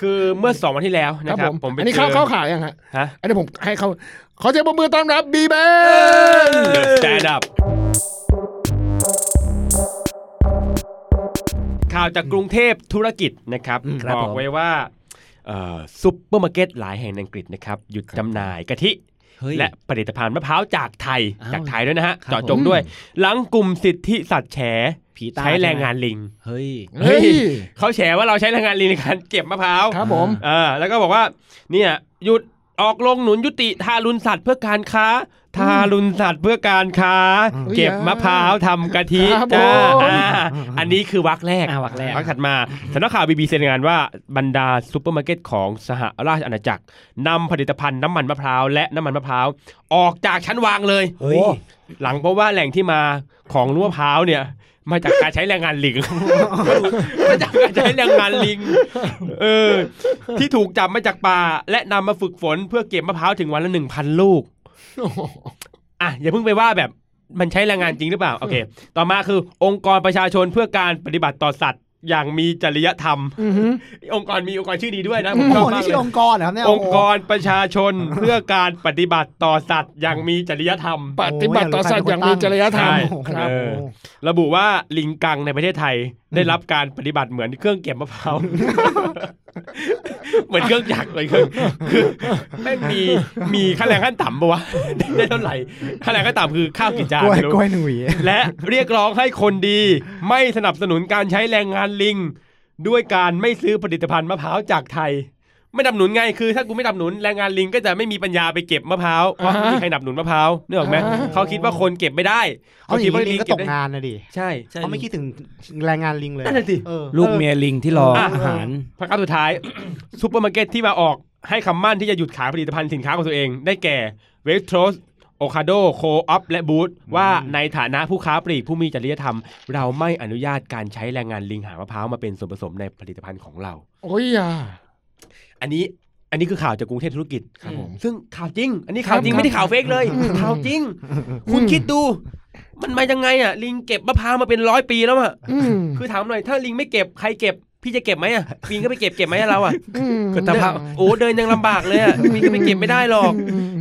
คือเมื่อสองวันที่แล้ว ค นะ รับ ครั ผ บ ม ผมไป อันนี้ เจ เข้า อ เข้าข่าวยังฮะ ฮะ อันนี้ผมให้เขาขอเสียงปรบมือต้อนรับบีแมน สแตนด์อัพ ข่าวจากกรุงเทพธุรกิจนะครับ อืมครับ บอ ผ ก ม ไว้ว่าเอ่อซุปเปอร์มาร์เก็ตหลายแห่งในอังกฤษนะครับหยุดจำหน่ายกะทิ เฮ้ย และผลิตภัณฑ์มะพร้าวจากไทย อ้าว จากไทยด้วยนะฮะ ครับ เจาะจงด้วย หลังกลุ่มสิทธิสัตว์แฉ ผีตา ใช้ ช่ไหม แรงงานลิง เฮ้ย เฮ้ย เขาแฉว่าเราใช้แรงงานลิงในการเก็บมะพร้าว ครับผม เออแล้วก็บอกว่าเนี่ยหยุดออกลงหนุนยุติทารุณสัตว์เพื่อการค้า ทารุณสัตว์เพื่อการค้า อืม เก็บมะพร้าวทำกะทิ ครับ จ้า ผม อ่าอันนี้คือวักแรก อ่าวักแรก วักถัดมาสำนักข่าวบีบีเสนงานว่าบรรดาซูเปอร์มาร์เก็ตของสหราชอาณาจักรนำผลิตภัณฑ์น้ำมันมะพร้าวและน้ำมันมะพร้าวออกจากชั้นวางเลย หลังเพราะว่าแหล่งที่มาของน้ำมะพร้าวเนี่ย มาจากการใช้แรงงานลิง <laughs> มาจากการใช้แรงงานลิง เออ ที่ถูกจับมาจากป่า และนำมาฝึกฝนเพื่อเก็บมะพร้าวถึงวันละหนึ่งพันลูก อ่ะ อย่าเพิ่งไปว่าแบบมันใช้แรงงานจริงหรือเปล่า โอเค ต่อมาคือองค์กรประชาชนเพื่อการปฏิบัติต่อสัตว์ อย่างมีจริยธรรม <laughs> อือหือ องค์กรมีองค์กรชื่อดีด้วยนะผ โอ้ มช โห อบมา นี่ กเล ชื่ ย อองค์กรเหรอครับเนี่ย องค์กรประชาชนเพื่อการปฏิบัติต่อสัตว์ อย่างมีจริยธรรม ปฏิบัติต่อสัตว์อย่างมีจริยธรรม ใช่ ค ค รั รับ บ เออ ระบุว่าลิงกังในประเทศไทยได้รับการปฏิบัติเหมือนเครื่องเก็บมะพร้าว <laughs> เหมือนเครื่องจักรเลยเครื่อง <laughs> คือแม่งมีมีค่าแรงขั้นต่ำปะวะ <laughs> ได้เท่าไหร่ค่าแรงขั้นต่ำคือข้าวกี่จาน กล้วย ไม่รู้ กล้วยหนุ่ย <laughs> และเรียกร้องให้คนดีไม่สนับสนุนการใช้แรงงานลิง ด้วยการไม่ซื้อผลิตภัณฑ์มะพร้าวจากไทย ไม่ดับหนุนไงคือ ถ้ากูไม่ดับหนุนแรงงานลิงก็จะไม่มีปัญญาไปเก็บมะพร้าวเพราะไม่มีใครดับหนุนมะพร้าวนึกออกไหม อ่า เขาคิดว่าคนเก็บไม่ได้ เอา เขา อย่า คิด ง ว่าลินี้ลิง ง ก็ เก็ ต บ ก ได้ งานนะดิ ใช่ เขาไม่คิดถึงแรงงานลิงเลย นั่นน่ะสิ เออ ลูกเมียลิงที่รอ อ่ะ อาหาร พระก้าวสุดท้าย <coughs> ซูเปอร์มาร์เก็ตที่มาออกให้คำมั่นที่จะหยุดขายผลิตภัณฑ์สินค้าของตัวเอง ได้แก่เวส r o สโอคาโดโคออฟและบูธว่าในฐานะผู้ค้าปลีกผู้มีจริยธรรม เราไม่อนุญาตการใช้แรงงานลิงหามะพร้าวมาเป็นส่วนผสมในผลิตภัณฑ์ของเรา โอ้ยอ่ะ อันนี้อันนี้คือข่าวจากกรุงเทพธุรกิจ ครับผม ซึ่งข่าวจริง อันนี้ข่าวจริง ครับ ไม่ได้ข่าวเฟกเลย ข่าวจริง คุณคิดดู มันมายังไงอ่ะลิงเก็บมะพร้าวมาเป็นร้อยปีแล้วอ่ะคือถามหน่อยถ้าลิงไม่เก็บใครเก็บพี่จะเก็บไหมอ่ะลิงก็ไปเก็บเก็บไหมอะเราอ่ะ ก็ตะภาพ โอ้เดินยังลำบากเลยอ่ะลิงก็ไปเก็บไม่ได้หรอก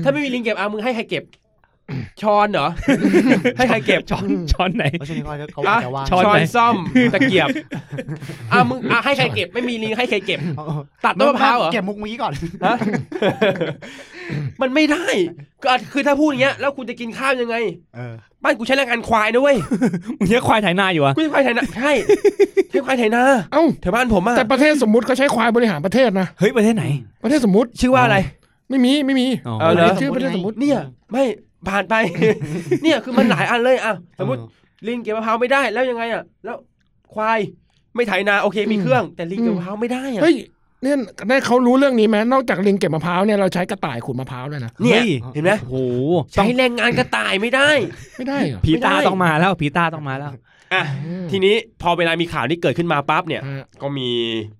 ถ้าไม่มีลิงเก็บเอามึงให้ใครเก็บชอนเหรอ ให้ใครเก็บชอน ช้อนไหน เพราะช่วงนี้เขาจะเขา อ่ะ จะว่าง ช้อน ช้อนไหน ซ่อมตะเกียบอ่ะมึงอ่ะให้ใครเก็บไม่มีลิงให้ใครเก็บ เออ ตัดต้นมะพร้าวเหรอ เก็บมุกเมื่อกี้ก่อน ฮะ มันไม่ได้ก็คือถ้าพูดอย่างเงี้ยแล้วคุณจะกินข้าวยังไง เออ บ้านกูใช้แรงงานควายนะเว้ย มึงเนี้ยควายไถนาอยู่อะ กูใช้ควายไถนาใช่ใช้ควายไถนา เอ้า แถวบ้านผมอะ แต่ประเทศสมมติเขาใช้ควายบริหารประเทศนะ เฮ้ยประเทศไหน ประเทศสมมติ ชื่อว่าอะไร ไม่มีไม่มี อ๋อ เอาเหรอ ชื่อประเทศสมมติ เนี่ย ไม่ผ่านไป เนี่ยคือมันหลายอันเลยอ่ะสมมติลิงเก็บมะพร้าวไม่ได้แล้วยังไงอ่ะ แล้วควายไม่ไถนาโอเคมีเครื่อง แต่ลิงเก็บมะพร้าวไม่ได้อ่ะ เฮ้ยเนี่ยได้เขารู้เรื่องนี้ไหมนอกจากลิงเก็บมะพร้าวเนี่ยเราใช้กระต่ายขูดมะพร้าวด้วยนะ เนี่ย ฮ้ย เห็นไหม โอ้โหต้ ใช้ อง แรงงานกระต่ายไม่ได้ ไม่ได้เหรอ ผีตา ไม่ได้ ต้องมาแล้วผีตาต้องมาแล้ว อ่ะทีนี้พอเวลามีข่าวนี้เกิดขึ้นมาปั๊บเนี่ย ฮะ ก็มี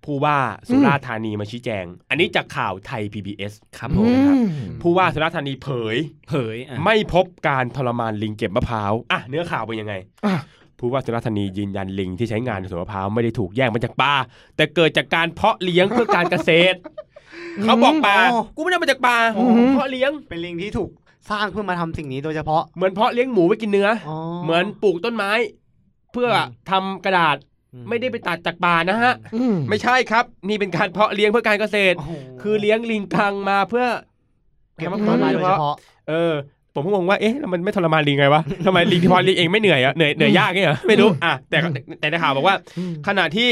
ผู้ว่าสุราษฎร์ธานีมาชี้แจง อันนี้จากข่าวไทย PBS ครับผ อื ม ม นะครับผู้ว่าสุราษฎร์ธานีเผย เผยอ่ะ ไม่พบการทรมานลิงเก็บมะพร้าว อ่ะเนื้อข่าวเป็นยังไง อ่ะ ผู้ว่าสุราษฎร์ธานียืนยันลิงที่ใช้งานในสวนมะพร้าวไม่ได้ถูกแย่งมาจากป่า แต่เกิดจากการเพราะเลี้ยงเพื่อการเกษตร เขาบอกป่า โอ้ กูไม่ได้มาจากป่าเพาะเลี้ยง เป็นลิงที่ถูกสร้างเพื่อมาทำสิ่งนี้โดยเฉพาะ เหมือนเพาะเลี้ยงหมูไว้กินเนื้ออเหมือนปลูกต้นไม้ เพื่ออทำกระดาษไม่ได้ไปตัดจากป่านะฮะ อืม ไม่ใช่ครับ นี่เป็นการเพาะเลี้ยงเพื่อการเกษตร โโห คือเลี้ยงลิงกังมาเพื่อ เก็บ ทำ ต้นไม้ โด โด ย ย เฉ เฉ พาะ พาะ เออ ผมก็งงว่าเอ๊ะแล้วมันไม่ทรมานลิงไงวะ <laughs> ทำไมลิงที่พอเลี้ยงเองไม่เหนื่อยอะเหนื่อยเหนื่อยยากเนี่ยเหรอไม่รู้อ่ะแต่ก็แต่ในข่าวบอกว่า ขณะที่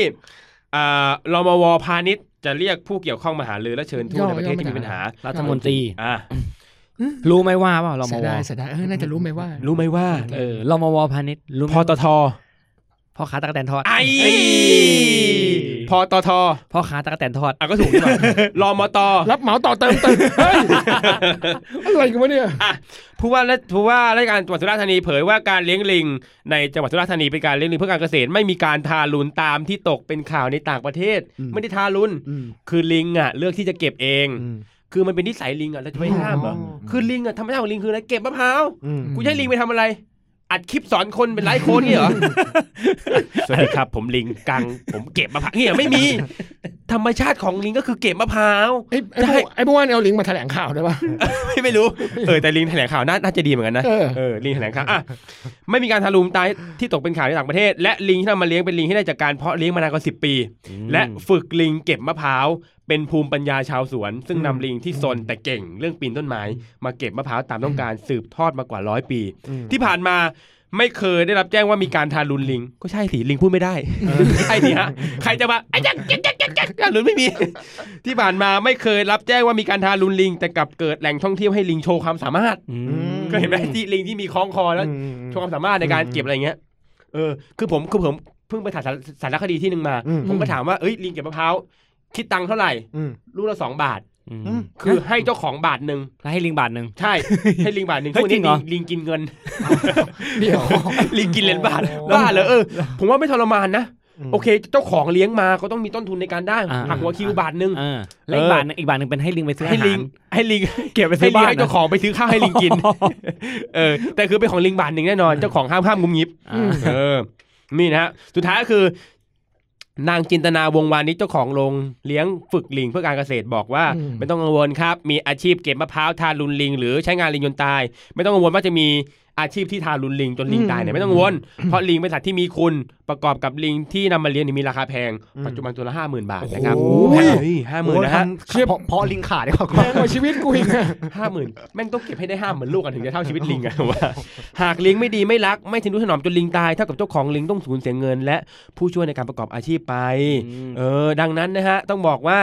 อ่ารมวพาณิชย์จะเรียกผู้เกี่ยวข้องมาหารือและเชิญทูตในประเทศที่มีปัญหา รัฐมนตรี อ่ะ รู้ไหมว่าเปล่ารม เสียวดายเสียดายเออน่าจะรู้ไหมว่า รู้ไหมว่า เออรมวพาณิชย์รู้ไหม พอตท พ่อค้าตะกแตนทอด ไอพอตท พ่อค้าตะกแตนทอด อ่ะก็ถูกดีกว่ารมต รับเหมาต่อเติมตึกเฮ้ยอะไรกันวะเนี่ย ผู้ว่าและผู้ว่าราชการจังหวัดสุราษฎร์ธานีเผยว่าการเลี้ยงลิง ในจังหวัดสุราษฎร์ธานีเป็นการเลี้ยงลิงเพื่อการเกษตรไม่มีการทารุณตามที่ตกเป็นข่าวในต่างประเทศ อืม ไม่ได้ทารุณ อืม คือลิงอ่ะเลือกที่จะเก็บเอง อืม คือมันเป็นนิสัยลิงอ่ะเราจะไปห้ามเหรอ อ๋อ คือลิงอ่ะธรรมชาติของลิงคืออะไรเก็บมะพร้าว อืม กูจะให้ลิงไปทำอะไร อัดคลิปสอนคนเป็นไลฟ์โค้ดเนี่ยเหรอ สวัสดีครับ ผมลิงกัง ผมเก็บมะพร้าวเนี่ยไม่มี ธรรมชาติของลิงก็คือเก็บมะพร้าว ไอ้ไอ้พวกไอ้พวกนั้นเอาลิงก์มาแถลงข่าวได้ป่ะ ไม่ไม่รู้ เออแต่ลิงแถลงข่าวน่าน่าจะดีเหมือนกันนะ เออ เออลิงแถลงข่าวอ่ะไม่มีการทารุณตายที่ตกเป็นข่าวในต่างประเทศ และลิงที่นำมาเลี้ยงเป็นลิงที่ได้จากการเพาะเลี้ยงมานานกว่าสิปี และฝึกลิงเก็บมะพร้าวเป็นภูมิปัญญาชาวสวน ซึ่งนำลิงที่ซนแต่เก่งเรื่องปีนต้นไม้ มาเก็บมะพร้าวตามต้องการสืบทอดมากว่าร้อยปี ที่ผ่านมาไม่เคยได้รับแจ้งว่ามีการทารุณลิง ก็ใช่สิลิงพูดไม่ได้ใช่สิฮะใครจะมาไอ้ยักษ์ยักษ์ยักษ์ยักษ์ยักษ์หรือไม่มี ที่ผ่านมาไม่เคยรับแจ้งว่ามีการทารุณลิง แต่กลับเกิดแหล่งท่องเที่ยวให้ลิงโชว์ความสามารถก็เห็นไหมที่ลิงที่มีคล้องคอแล้ว โชว์ความสามารถในการเก็บอะไรเงี้ย เออ คือผมคือผมเพิ่งไปถ่ายสารสารคดีที่หนึ่งมา อืม ผมก็ถามว่า เอ้ยลิงเก็บมะพร้าว คิดตังค์เท่าไหร่ อืม ลูกละสองบาท อืม อืม คือให้เจ้าของบาทหนึ่ง แล้วให้ลิงบาทหนึ่ง ใช่ <laughs> ให้ลิงบาทหนึ่ง เฮ้ย ช่วงจริงนี้เหรอ ลิงลิงกินเงิน เดี๋ยว <laughs> ลิงกินเหรียญบาทบ้าเหรอเออ ผมว่าไม่ทรมานนะ โอเค เจ้าของเลี้ยงมาก็ต้องมีต้นทุนในการได้ อ่า หักหัวคิวบาทหนึ่ง เออแล้วอี เอก อ บาทหนึ่งอีกบาทหนึ่งเป็นให้ลิงไปซื้อ ให้ลิง อาาร ให้ลิง เก็บไปซื้อ ให้ลิง บ้าน ให้เจ้าของไปซื้อข้าวให้ลิงกิน เออ แต่คือเป็นของลิงบาทหนึ่งแน่นอน เจ้าของห้ามห้ามงุมงิบ อ่า เออ นี่นะฮะ สุดท้ายก็คือ นางจินตนาวงวานิชเจ้าของโรงเลี้ยงฝึกลิงเพื่อการเกษตรบอกว่า อืม ไม่ต้องกังวลครับ มีอาชีพเก็บมะพร้าวทารุนลิง หรือใช้งานลิงจนตาย ไม่ต้องกังวลว่าจะมีอาชีพที่ทารุนลิงจนลิงตายเนี่ยไม่ต้องกังวลเพราะลิงเป็นสัตว์ที่มีคุณประกอบกับลิงที่นำมาเลี้ยงเนี่ยมีราคาแพงปัจจุบันตัวละห้าหมื่นบาทนะครับ โอ้โห ห้าหมื่นนะฮะ เชียบเพราะลิงขาดดีกว่า แพงกว่าชีวิตกูอีกนะ ห้าหมื่นแม่งต้องเก็บให้ได้ห้าหมื่นลูกกันถึงจะเท่าชีวิตลิงอะ <laughs> ว่าหากลิงไม่ดีไม่รัก ไม่ทนุถนอมจนลิงตายเท่ากับเจ้าของลิงต้องสูญเสียเงิน และผู้ช่วยในการประกอบอาชีพไป เออ ดังนั้นนะฮะ ต้องบอกว่า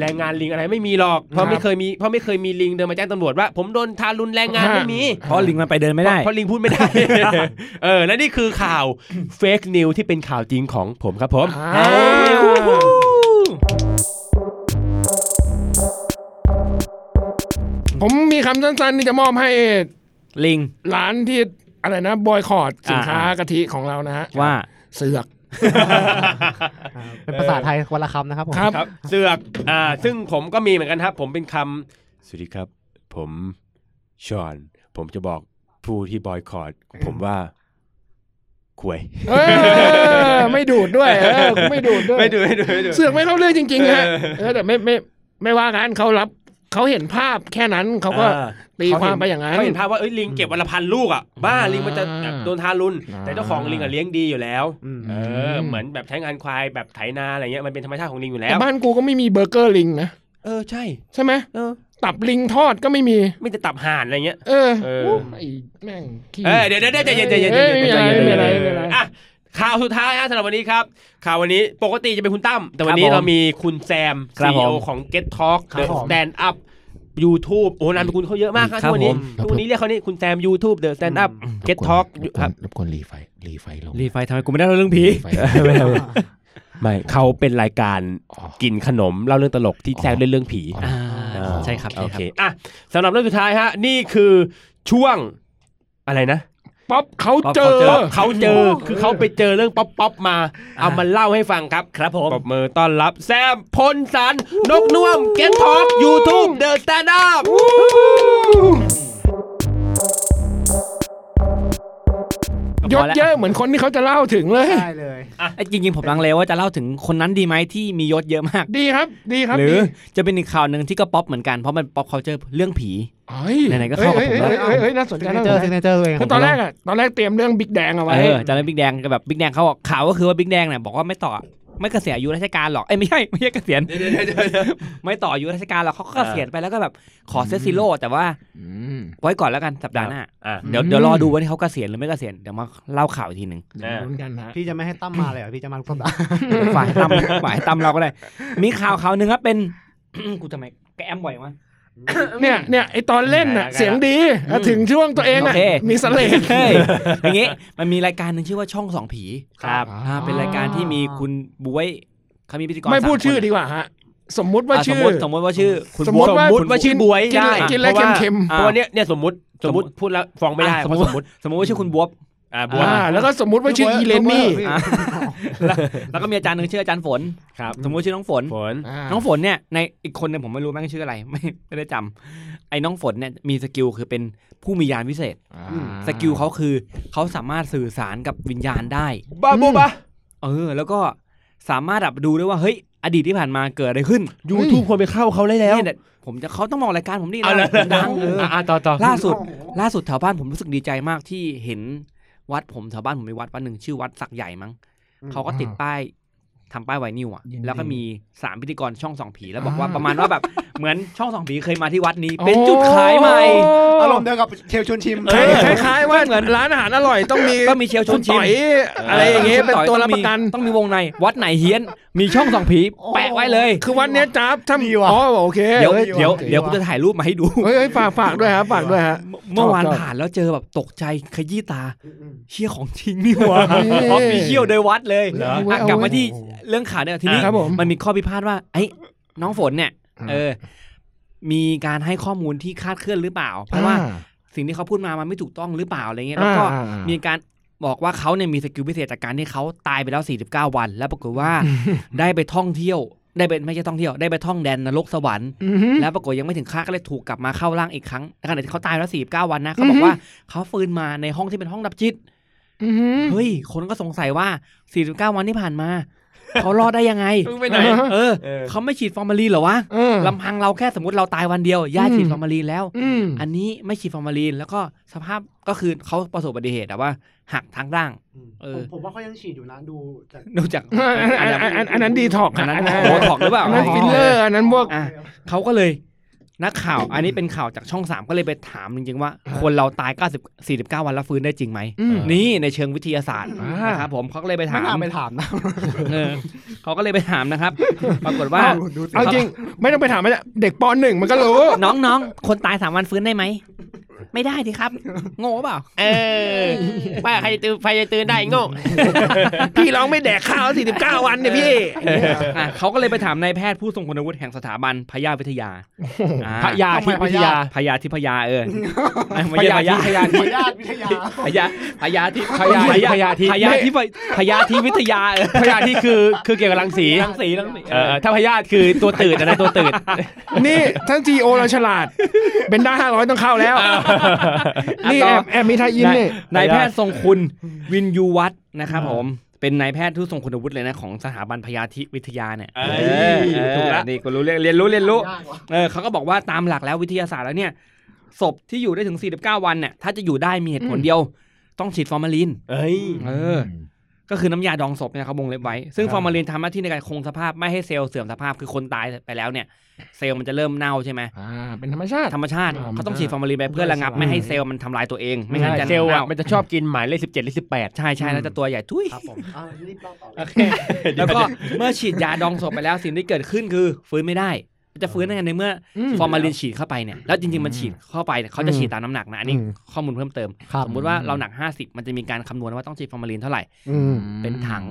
แรงงานลิงอะไรไม่มีหรอก เพราะไม่เคยมีเพราะไม่เคยมีลิงเดินมาแจ้งตำรวจว่า ผมโดนทารุณแรงงานไม่มี เพราะลิงมันไปเดินไม่ได้ เพราะลิงพูดไม่ได้ <laughs> เออ และนี่คือข่าวเฟกนิวที่เป็นข่าวจริงของผมครับผม อ้าวผมมีคำสั้นๆที่จะมอบให้ ลิง ร้านที่อะไรนะบอยคอรดสินค้า อ่า กะทิของเรานะฮะ ว่า เสือก เป็นภาษาไทยวันละคำนะครับผม ครับ ครับเสือกอ่าซึ่งผมก็มีเหมือนกันครับ ผมเป็นคำสวัสดีครับ ผมชอน ผมจะบอกผู้ที่บอยคอรดผมว่าควย เออไม่ดูดด้วยเออไม่ดูดด้วย ไม่ดูไม่ดูไม่ดู เสือกไม่เข้าเรื่องจริงๆฮะ เออ เออแต่ไม่ไม่ไม่ว่ากันเขารับเขาเห็นภาพแค่นั้นเขาก็ อ่า ตีความไปอย่างนั้น เขาเห็นภาพว่าเอ้ยลิงเก็บวันละพันลูกอ่ะบ้า อ่า ลิงมันจะโดนทารุณ อ่า แต่เจ้าของลิงอ่ะเลี้ยงดีอยู่แล้ว อืม เออเหมือนแบบใช้งานควายแบบไถนาอะไรเงี้ยมันเป็นธรรมชาติของลิงอยู่แล้ แต่ ว บ้านกูก็ไม่มีเบอร์เกอร์ลิงนะ เออใช่ ใช่ไหม เออ ตับลิงทอดก็ไม่มี ไม่จะตับห่านอะไรเงี้ย เออ เออ โอ้ไอ้แม่งขี้ เออเดี๋ยวเดี๋ยวเดี๋ยวใจเย็นใจเย็นใจ เอ้ย เย็นใจไม่เป็นไร เย็นใจไม่เป็นไรไม่เป็ เย็ น น ไร อ่ะข่าวสุดท้ายฮะสำหรับวันนี้ครับ ข่าววันนี้ปกติจะเป็นคุณตั้ม แต่วันนี้ ครับผม เรามีคุณแซม ครับผม CEO ของ Get Talk ครับ The ผม Stand Up YouTube โอ้นามสกุลเขาเยอะมากครับ ครั ทุ บ กวันนี้ ผม ทุกวันนี้เรียกเขานี่คุณแซม YouTube The Stand Up Get Talk ครับ รบกวนรีไฟรีไฟลง รีไฟทำไมกูไม่ได้เล่าเรื่องผี ไฟ ไม่เขาเป็นรายการ อ๋อ กินขนมเล่าเรื่องตลกที่ อ๋อ แซวเล่นเรื่องผี อ่าใช่ครับ โอ ใช่ค เครับ อ่ะสำหรับเรื่องสุดท้ายฮะนี่คือช่วงอะไรนะ ป๊อปเขาเจอ ป๊อป เขาเจอคือเขาไปเจอเรื่องป๊อปป๊อปมา เอามาเล่าให้ฟังครับ ครับผม ปรบมือต้อนรับแซมพลสัน นกน่วมเกนทอกยูทูบเดอะสแตนด์อัพ ย พ ศ อแล้ว เยอะเหมือนคนที่เขาจะเล่าถึงเลย ได้เลย ไอ้จริงๆ ผมลังเลว่าจะเล่าถึงคนนั้นดีไหมที่มียศเยอะมาก ดีครับ ดีครับ หรือ ดี จะเป็นอีกข่าวหนึ่งที่ก็ป๊อปเหมือนกันเพราะมันป๊อปเขาเจอเรื่องผี เฮ้ย ไหนๆก็เข้ากับผมแล้ว เฮ้ยเฮ้ยเฮ้ยเฮ้ยน่าสน ซิ ใจ กเน น่า เจ ส อนร์ ใจ ซิกเนเจอร์ตัวเอง เพราะตอนแรกอะตอนแรกเตรียมเรื่องบิ๊กแดงเอาไว้ เออจำได้บิ๊กแดงก็แบบบิ๊กแดงเขาบอกข่าวก็คือว่าบิ๊กแดงเนี่ยบอกว่าไม่ต่อไม่เกษียณอายุราชการหรอกเอ้ยไม่ใช่ไม่ใช่เกษียณไม่ต่ออายุราชการหรอกเขาก็เกษียณไปแล้วก็แบบขอเซตซิโร่แต่ว่าไว้ก่อนแล้วกันสัปดาห์หน้า อ่ะ เดี๋ยว อืม เดี๋ยวรอดูว่าที่เขาเกษียณหรือไม่เกษียณเดี๋ยวมาเล่าข่าวอีกทีหนึ่ง เดี๋ยวลุ้นกันนะ พี่จะไม่ให้ตั้มมาเลยเหรอพี่จะมาทุกสัปดาห์ ฝ่ายตำฝ่ายตำเราก็ได้ มีข่าวข่าวหนึ่งครับเป็น <coughs> กูทำไมแกแอมบ่อยวะ เนี่ยเนี่ยไอตอนเล่นน่ะเสียงดีแล้วถึงช่วงตัวเองอ่ะ โอเค มีเสลด เฮ้ย <laughs> อย่างงี้มันมีรายการหนึ่งชื่อว่าช่องสองผี ครับ อ่าเป็นรายการที่มีคุณบุ้ยเขามีพิธีกร ไม่พูด สาคน ชื่อดีกว่าฮะ สมมุติว่า อ่ะสม ชื่อ มติสมมติว่าชื่อคุณ สม บ๊ ม วย ติว่า สมมติว่าชื่อบวย กิน ได้ กินแล้วเค็ม เพราะว่าเพราะว่าเนี่ยเนี่ยสมมติสมมติพูดแล้วฟ้องไม่ได้ อ่ะสเพม ราะ ม ส ติ มมติ สมมติว่าชื่อคุณบ๊วบ อ่าบัว อ่าแล้วก็สมมุติว่าชื่ออีเลนนี่ พี่ แล้วแล้วก็มีอาจารย์หนึ่งชื่ออาจารย์ฝน ครับ สมมติชื่อน้องฝน ฝน น้องฝนเนี่ยในอีกคนเนี่ยผมไม่รู้แม่งชื่ออะไร <laughs> ไม่ไม่ได้จำไอ้น้องฝนเนี่ยมีสกิลคือเป็นผู้มียานวิเศษ สกิลเขาคือเขาสามารถสื่อสารกับวิญญาณได้ บ้าบัวบ้า เออ แล้วก็สามารถแบบดูได้ว่าเฮ้ยอดีตที่ผ่านมาเกิดอะไรขึ้น ยูทูบควรไปเข้าเขาได้แล้ว เนี่ยเนี่ยผมจะเขาต้องมองรายการผมนี่ เอาละ นะผมดังเออ อ่าต่อต่อ ล่าสุด ล่าสุดแถวบ้านผมรู้สึกดีใจมากที่เห็นวัดผมแถวบ้านผมมีวัดวัดหนึ่งชื่อวัดสักใหญ่มั้งเขาก็ติดป้ายทำป้ายไวนิวอ่ะ แล้วก็มีสามพิธีกรช่องสองผีแล้วบอกว่าประมาณว่าแบบเหมือนช่องสองผีเคยมาที่วัดนี้ เป็นจุดขายใหม่ อารมณ์เดียวกับเชลชวนชิม เออคล้ายๆว่าเหมือนร้านอาหารอร่อยต้องมี ก็มีเชลชวนชิม คุณต่อยอะไรอย่างเงี้ยเป็นตัวรับประกัน ต้องมีวงในวัดไหนเฮี้ยน มีช่องสองผีแปะไว้เลย คือวันเนี้ยจ๊าบถ้า ดีว่ะ อ๋อโอเค เดี๋ยว อ้ เดี๋ยว โอค เดี๋ยวกูจะถ่ายรูปมาให้ดู เฮ้ยเฮ้ยฝากฝากด้วยฮะฝากด้วยฮะ เมื่อวาน ชอบ ผ่านแล้วเจอแบบตกใจขยี้ตาเชี่ยของจริงนี่หว่าอ๋อมีเขี้ยวโดยวัดเลยอ่ะกลับมาที่เรื่องข่าวเนี่ยทีนี้ อ่ะครับผม มันมีข้อพิพาทว่าไอ้น้องฝนเนี่ย เออ มีการให้ข้อมูลที่คลาดเคลื่อนหรือเปล่า เพราะว่าสิ่งที่เขาพูดมามันไม่ถูกต้องหรือเปล่าอะไรเงี้ยแล้วก็ อ่าอ่าอ่า มีการบอกว่าเขาเนี่ยมีสกิลพิเศษจากการที่เขาตายไปแล้ว 49 วัน แล้วปรากฏ <laughs> ว่า ได้ไปท่องเที่ยว ได้ไปไม่ใช่ท่องเที่ยว ได้ไปท่องแดนนรกสวรรค์ อือหือ แล้วปรากฏยังไม่ถึงคาดก็เลยถูกกลับมาเข้าร่างอีกครั้งในขณะที่เขาตายแล้ว 49 วันนะเขาบอกว่าเขาฟื้นมาในห้องที่เป็นห้องดับจิต อือหือ เฮ้ย คนก็สงสัยว่า 49 วันที่ผ่านมา เขารอดได้ยังไง ไปไหน เออ เออ เขาไม่ฉีดฟอร์มาลีนเหรอวะ เออ ลำพังเราแค่สมมติเราตายวันเดียวย่า อืม ฉีดฟอร์มาลีนแล้ว อืม อันนี้ไม่ฉีดฟอร์มาลีนแล้วก็สภาพก็คือเขาประสบอุบัติเหตุแต่ว่า หักทั้งร่าง เออ ผมว่าเขายังฉีดอยู่นะดูจาก นอกจาก อันนั้นอันนั้นอันนั้นดีท็อก อันนั้น อันนั้น โบท็อกหรือเปล่า อันนั้นฟิลเลอร์อันนั้นพวก อ่ะเขาก็เลย นักข่าว อันนี้เป็นข่าวจากช่องสามก็เลยไปถามจริงๆว่า คนเราตาย90 49 วันแล้วฟื้นได้จริงไหม อืม นี่ในเชิงวิทยาศาสตร์ อ่าน นะครับผมเขาก็เลยไป ไม่ ถาม น่าไปถามนะ เออเขาก็เลยไปถามนะครับ ปรากฏว่า เอาจริงไม่ต้องไปถามมันอะเด็กปหนึ่งมันก็รู้ <laughs> น้องน้องๆ คนตายสามวันฟื้นได้ไหม ไม่ได้ดิ <laughs> ครับ โง่เปล่า เออป้าใครจะตื่นใครจะตื่นได้โง่ <laughs> พี่ร้องไม่แดกข้าวสี่สิบเก้าวันเนี่ยพี่ อ่ะเขาก็เลยไปถามนายแพทย์ผู้ทรงคุณวุฒิแห่งสถาบันพยาวิท <laughs> ยาอ่ พระยาทิพย์วิทยา พยาธิพยา <laughs> เออ พยาธิพยาธิ ญาติวิทยา พยาพยาธิ พยาธิ <laughs> พยาธิ พยาธิพยาธิวิทยาเออ พยาที่คือคือเกี่ยวกับรังสี รังสีรังสี เออถ้าพยาธิคือตัวตืดนะตัวตืด นี่ทั้งจีโอเราฉลาด เป็นด้าห้าร้อยต้องเข้าแล้ว นี่แอบแอบมีทายอินนี่ นายแพทย์ทรงคุณวินยูวัฒน์นะครับผม เป็นนายแพทย์ผู้ทรงคุณวุฒิเลยนะของสถาบันพยาธิวิทยาเนี่ย เอ เออ อ เออ ถูกละ นี่กูรู้เรียนเรียนรู้เรียนรู้ เออเขาก็บอกว่าตามหลักแล้ววิทยาศาสตร์แล้วเนี่ยศพที่อยู่ได้ถึง 49 วันเนี่ยถ้าจะอยู่ได้มีเหตุผลเดียว ต้องฉีดฟอร์มาลีน เอ้ย เออ ก็คือน้ำยาดองศพเนี่ยเขาวงเล็บไว้ ซึ่งฟอร์มาลีนทำหน้าที่ในการคงสภาพไม่ให้เซลล์เสื่อมสภาพคือคนตายไปแล้วเนี่ยเซลล์มันจะเริ่มเน่าใช่ไหม อ่าเป็นธรรมชาติ ธรรมชาติเขาต้องฉีดฟอร์มาลีนไปเพื่อระงับไม่ให้เซลล์มันทำลายตัวเองไม่งั้นจะ เซลล์อ่ะ เน่า มันจะชอบกินหมายเลขสิบเจ็ดเลขสิบแปด ใช่ใช่แล้วจะตัวใหญ่ทุย รีบเล่าต่อ โอเคแล้วก็เมื่อฉีดยาดองศพไปแล้วสิ่งที่เกิดขึ้นคือฟื้นไม่ได้ จะฟื้นได้ไงในเมื่ออ ม ฟอร์มาลินฉีดเข้าไปเนี่ยแล้วจริงๆมันฉีดเข้าไปเนี่ยเขาจะฉีดตามน้ำหนักนะอันนี้ อืม ข้อมูลเพิ่มเติม ครับ สมมุติว่าเราหนัก 50 มันจะมีการคำนวณว่าต้องฉีดฟอร์มาลินเท่าไหร่ อืม เป็นถัง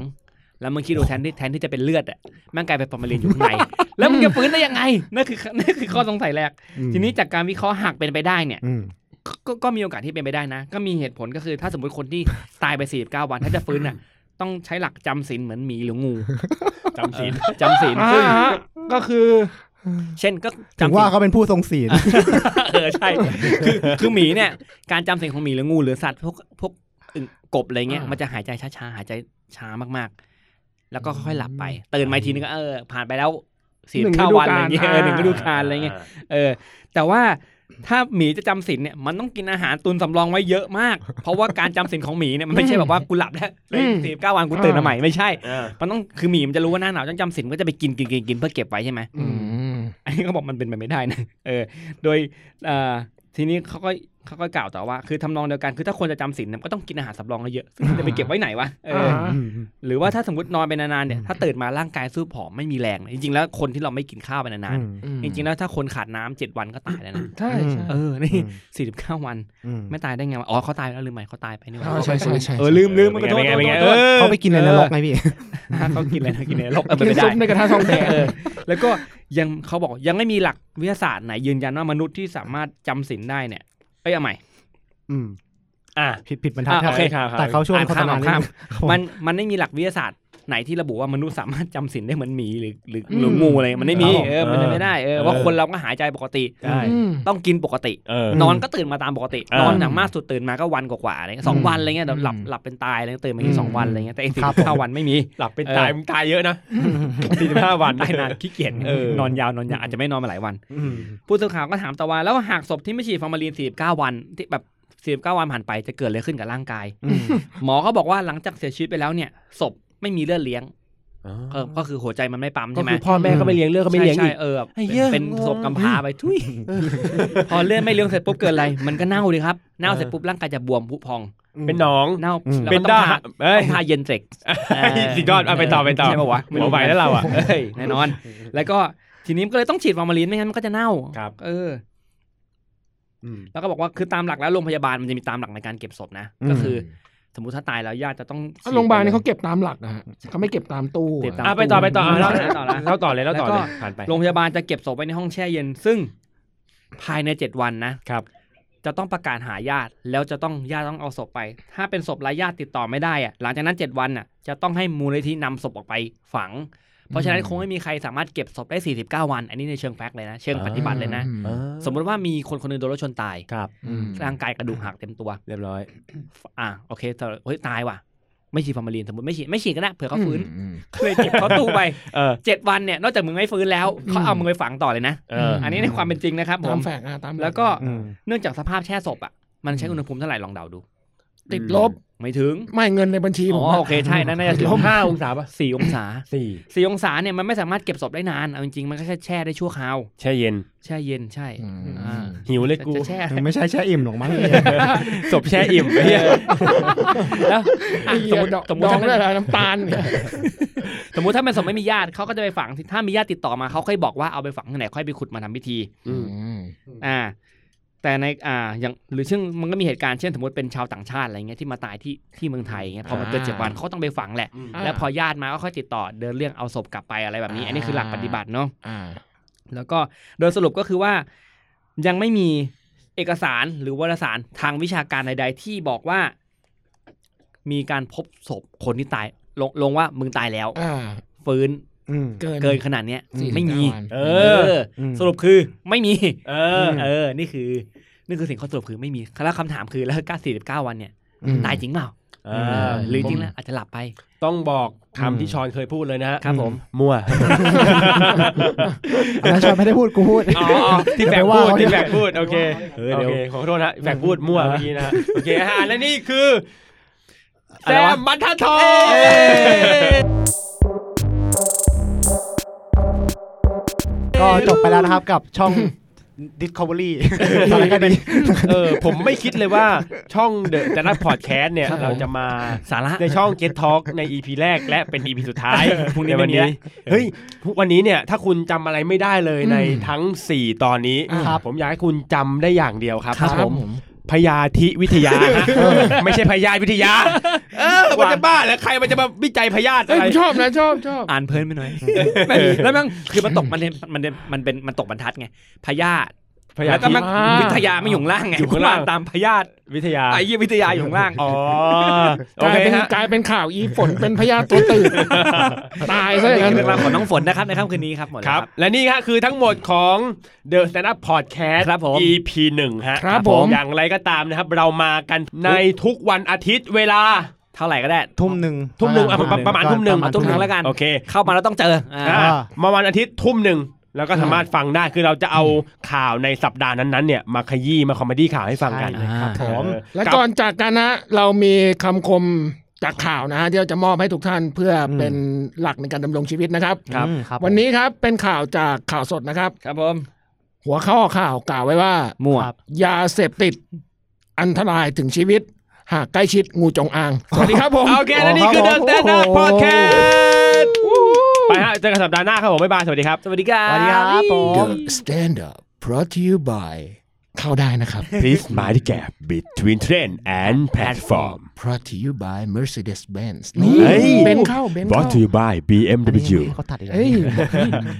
แล้วมึงคิดดูแทนที่แทนที่จะเป็นเลือดอ่ะแม่งกลายเป็นฟอร์มาลินอยู่ <laughs> ข้างใน แล้วมึงจะฟื้นได้ยังไงนั่นคือ <laughs> นั่นคือข้อสงสัยแรก อืม ทีนี้จากการวิเคราะห์หากเป็นไปได้เนี่ย อืม กก็ก็มีโอกาสที่เป็นไปได้นะ ก็มีเหตุผลก็คือถ้าสมมติคนที่ <laughs> ตายไป 49 วัน ถ้าจะฟื้นน่ะ ต้องใช้หลักจำศีลเหมือนหมีหรืองู จำศีล เออจำศีล อ่า ซึ่ง ฮะก็คือ เช่นก็ ถึง จำศี ว่า ล เขาเป็นผู้ทรงศีล เอ <laughs> อใช่คือคือหมีเนี่ย การจำศีลของหมีหรืองูหรือสัตว์พวกพวกอึ่งกบอะไรเงี้ยมันจะหายใจช้าๆหายใจช้ามากๆ แล้วก็ค่อยๆหลับไปตื่นมาอีกทีนึงก็เออ ผ่านไปแล้วสี่ หนึ่งฤ เก้า ดู วัน กา อะไร ล เงี้ยเออหนึ่งฤดูกาลอะไรเงี้ย เออแต่ว่าถ้าหมีจะจำศีลเนี่ยมันต้องกินอาหารตุนสำรองไว้เยอะมาก เพราะว่าการจำศีลของหมีเนี่ยมันไม่ใช่แบบว่ากูหลับแล้วเลยสี่เก้าวันกูตื่นมาใหม่ไม่ใช่ อ่า มันต้องคือหมีมันจะรู้ว่าหน้าหนาวต้องจำศีลก็จะไปกินกินกินกินเพื่อเก็บไว้ใช่ไหม อืม อันนี้เขาบอกมันเป็นไปไม่ได้นะ <laughs> เออโดยเอ่อทีนี้เขาก็เขาก็กล่าวต่อว่าคือทำนองเดียวกันคือถ้าคนจะจำศีลเนี่ยก็ต้องกินอาหารสำรองเยอะๆซึ่งมันจะไปเก็บไว้ไหนวะเออ หรือว่าถ้าสมมตินอนไปนานๆเนี่ยถ้าตื่นมาร่างกายสู้ผอมไม่มีแรงจริงๆแล้วคนที่เราไม่กินข้าวไปนานๆ จริงๆแล้วถ้าคนขาดน้ำเจ็ดวันก็ตายแล้วนะ ใช่ใช่ เออ นี่ อืม สี่สิบเก้าวัน ไม่ตายได้ไงวะอ๋อเขาตายไปแล้วลืมไหมเขาตายไปนี่หว่า อ๋อใช่ใช่ใช่ เออลืมลืมมัน เป็ ก็ น โทษไงโทษ เป็นไง โทษ เป็นไงเออ เขาไปกินในนรกไงพี่ เขากินอะไรนะกินอะไรลกเออ กิ เป็นไปได้นซุปในกระทะทองแดง เออแล้วก็ยังเขาบอกยังไม่มีหลักวิทยาศาสตร์ไหนยืนยันว่ามนุษย์ที่สามารถจำศีลได้เนี่ยเอ้ยเอาใหม่ อืม อ่ะ ผิดผิดบรรทัด อ่ะ รับ โอเค ครับครับ แต่เขาช่วง อ่าน โฆษ ข้าม ณา อ่าน นิด ข้าม นึงครับผ มันมันไม่มีหลักวิทยาศาสตร์ไหนที่ระบุว่า มนุษย์สามารถจำศีลได้เหมือนหมีหรือหรือหรืองูอะไรมันไม่มี ครับผม เออมันเป็นไม่ได้เออ เออ ว่าคนเราก็หายใจปกติ ได้ อืม ต้องกินปกติ เออ นอนก็ตื่นมาตามปกติ เออ นอนอย่างมากสุดตื่นมาก็วันกว่าๆอะไรเงี้ยสองวันอะไรเงี้ยเดี๋ยวหลับ อืม หลับเป็นตายอะไรเงี้ยตื่นมาทีสองวันอะไรเงี้ยแต่เองสี่ห้าวันไม่มี หลับเป็น เออ ตายมึงตายเยอะนะสี่สิบห้าวัน ตายนานขี้เกียจ เออ นอนยาวนอนยาวอาจจะไม่นอนมาหลายวัน อืม ผู้สื่อข่าวก็ถามตะวันแล้วหากศพที่ไม่ฉีดฟอร์มาลีน 49 วันที่แบบ 49 วันผ่านไปจะเกิดอะไรขึ้นกับร่างกาย หมอก็บอกว่าหลังจากเสียชีวิตไปแล้วเนี่ยศพไม่มีเลือดเลี้ยงเออก็คือหัวใจมันไม่ปั๊ม ก็ ใช่ไหม คือพ่อแม่ก็ไม่เลี้ยงเลือกก็ไม่เลี้ยงอีก ใช่ใช่เออ ไอ้เหี้ย เป็น งง ศพกำพร้าไปทุยพอเลือดไม่เลี้ยงเสร็จปุ๊บเกิดอะไร มันก็เน่าเลยครับเน่าเสร็จปุ๊บร่างกายจะบวมผุพอง เป็นหนอง เน่า อืม แล้ว เป็ ก็ น ต้อ ด้าง ทา เอ้ ต้ ย องทาเย็นเสก เออ สุดยอดเอาไปต่อไปต่อ ใช่ปะวะไม่รู้ หัวไหวแล้วเราอ่ะ เอ้ยแน่นอน <laughs> แล้วก็ทีนี้มันก็เลยต้องฉีดฟอร์มาลีนไม่งั้นมันก็จะเน่า ครับ เออ แล้วก็บอกว่าคือตามหลักแล้วโรงพยาบาลมันจะมีตามหลักในการเก็บศพนะ ก็คือ สมมติถ้าตายแล้วญาติจะต้องฉีด โรงพยาบาลเนี่ยเขาเก็บตามหลักนะฮะเขาไม่เก็บตามตู้ เก็บาม อ่ะไปต่อไปต่ออ่ะ แล้ เล่าว ต่อ ต่อ เล แล้ ยว เล่าต่อเลยเล่าต่อ แล้วยเลก็ ผ่านไป โรงพยาบาลจะเก็บศพไว้ในห้องแช่เย็น ซึ่งภายในเจ็ดวันนะครับ จะต้องประกาศหาญาติ แล้วจะต้องญาติต้องเอาศพไป ถ้าเป็นศพรายญาติติดต่อไม่ได้อะหลังจากนั้นเจ็ดวันน่ะจะต้องให้มูลนิธินำศพออกไปฝัง เพราะฉะนั้นคงไม่มีใครสามารถเก็บศพได้ 49 วัน อันนี้ในเชิงแฟกต์เลยนะ เชิงปฏิบัติเลยนะ เออ สมมติว่ามีคนคนหนึงโดนรถชนตาย ครับ ร่างกายกระดูกหักเต็มตัว เรียบร้อย อ่ะโอเคแต่เฮ้ยตายว่ะ ไม่ฉีดฟอร์มาลีนสมมติไม่ฉีดไม่ฉีดก็ได้เผื่อเขาฟื้นก็เลยเก็บเขาตู้ไป เออ เจ็ดวันเนี่ยนอกจากมึงไม่ฟื้นแล้วเขาเอามึงไปฝังต่อเลยนะ เอออั นนี้ในความเป็นจริงนะครับผ ตาม ม แฝกอ่ะตามห แล้วก็ อืม เนื่องจากสภาพแช่ศพอ่ะมันใช้อุณหภูมิเท่าไหร่ลองเดาดู ติดลบ ไม่ถึง ไม่เงินในบัญชีผ อ๋ ม อ อะ โอเคใช่นั่นน่าจะถึง ห้าองศาป่ะ สี่องศา สี่ สี่องศาเนี่ยมันไม่สามารถเก็บศพได้นานเอาจริงๆมันก็แค่แช่ได้ชั่วคราว แช่เย็น แช่เย็นใช่อ่า หิวเลยกู จะแช่อะไร ไม่ใช่แช่อิ่มหรอกมั้ง ศพแช่อิ่มไอ้เหี้ย แล้วอ่ะ ไอ้ สม เหี้มยติ ดอก สมมติ ดอง ถ้าเป็น ด้วยอะไรน้ำตาลเนี่ย สมมติถ้ามันสมไม่มีญาติเขาก็จะไปฝังที่ถ้ามีญาติติดต่อมาเขาค่อยบอกว่าเอาไปฝังที่ไหนค่อยไปขุดมาทำพิธี อ่า แต่ในอ่าอย่างหรือซึ่งมันก็มีเหตุการณ์เช่นสมมติเป็นชาวต่างชาติอะไรเงี้ยที่มาตายที่ที่เมืองไทยเงี้ยพอมันเกิน อ่า เจ็ดวันเขาต้องไปฝังแหละ อ่า แล้วพอญาติมาก็ค่อยติดต่อเดินเรื่องเอาศพกลับไปอะไรแบบนี้ อ่า อันนี้คือหลักปฏิบัติเนาะ อ่า แล้วก็โดยสรุปก็คือว่ายังไม่มีเอกสารหรือวารสารทางวิชาการใด ๆ ที่บอกว่า มีการพบศพคนที่ตายลงลงว่ามึงตายแล้ว อ่า ฟื้น เกิน เกินขนาดเนี้ย อืม ไม่มี 49วัน เอ เอ อ ออ ม สรุปคือไม่มีเอเออ อเออ นี่คือนี่คือสิ่งข้อสรุปคือไม่มีแล้วคำถามคือแล้วการ49 วันเนี่ย อืม ตายจริงเปล่า เออ หรือจริงแล้วอาจจะหลับไป ต้องบอก อืม คำที่ชอนเคยพูดเลยนะฮะ ครับผม มั่ว อันนั้นชอนไม่ได้พูดกูพูด อ๋ออ๋อที่แฝ อย่ากไปว่า พูด เขา ที่ ดิ แฝกพูดโอเค เออเดี๋ยโอว เคขอโทษนะแฝกพูดมั่วเมื่อกี้นะฮะโอเคอ่ะและนี่คือ อะ แซ ไรวะ มบรรทัดทอง ก็จบไปแล้วนะครับกับช่อง Discovery สารคดี เออผมไม่คิดเลยว่าช่องเดอะจันทพอดแคสต์เนี่ย ครับผม เราจะมา สาระ ในช่อง Get Talk ใน EP แรกและเป็น EP สุดท้าย พรุ่งนี้ ใวั เป็นอย่างนี้ เฮ้ยพรุ่งวันนี้เนี่ย ถ้าคุณจำอะไรไม่ได้เลยในทั้ง 4 ตอนนี้ ครับ ผมอยากให้คุณจำได้อย่างเดียวครับ ครับผม พยาธิวิทยาฮะไม่ใช่พยาธิวิทยา <laughs> เออมันจะบ้าแล้วใครมันจะมาวิจัยพยาธิ เอ้ อะ ย ไร ผมชอบนะชอบชอบ อ่านเพลินไปหน่อยไม่มีแล้วมันคือมันตกมันเป็นมันเป็นมันเป็นมันตกบรรทัดไงพยาธิ พยา แล้วก็ ธิ มันวิทยาไม่อยู่ข้างล่างไง อยู่ข้างล่าง ตามพยาธิ วิทยา ไอ้เหี้ยวิทยาอยู่ข้างล่าง อ๋อ โอก ลาย เค เป็น ฮะ กลายเป็นข่าวอีฝนเป็นพญาตัวตื่น ตายซะอย่าง นี่คือเรื่นั้นองราวของน้องฝนนะครับในค่ำคืนนี้ครับหมด ค แล้ว รับ และนี่ฮะคือทั้งหมดของ The Stand Up Podcast ครับผม EP หนึ่งฮะ ครับผม อย่างไรก็ตามนะครับ เรามากันในทุกวันอาทิตย์เวลา เท่าไหร่ก็ได้ ทุ่มหนึ่ง ทุ่มหนึ่งอ่ะประประมาณทุ่มหนึ่ง ประาณ ทุ่มหนึ่งแล้วกัน โอเค เข้ามาแล้วต้องเจออ่า อ่ะ อ่า มาวันอาทิตย์ทุ่มหนึ่งแล้วก็สามารถฟังได้คือเราจะเอาข่าวในสัปดาห์นั้นๆเนี่ยมาขยี้มาคอมเมดี้ข่าวให้ฟังกัน ใช่เลยครับ อ่า ผม เออ และ บ ก่อนจากกันนะเรามีคำคมจากข่าวนะฮะที่เราจะมอบให้ทุกท่านเพื่ออ ม เป็นหลักในการดำรงชีวิตนะครับ อืมครับ วันนี้ครับเป็นข่าวจากข่าวสดนะครับ ครับผม หัวข้อข่าวกล่าวไว้ว่า มั่ว ครับ ยาเสพติด อันตรายถึงชีวิต หากใกล้ชิดงูจงอาง สวัสดีครับผม โอเคและนี่คือ The โอ้โห Stand Up Podcast ไปฮะเจอกันสัปดาห์หน้าครับผม บ๊ายบาย สวัสดีครับ สวัสดีครับ สวัสดีครับผม The Stand Up brought to you by เข้าได้ <laughs> นะครับ Please mind the gap between trend and platform brought to you by Mercedes Benz นี่ เฮ้ย เบนซ์เข้าเบนซ์ What เข้า do you buy อันนี้ BMW เขาตัดอีกแล้ว เอ้ย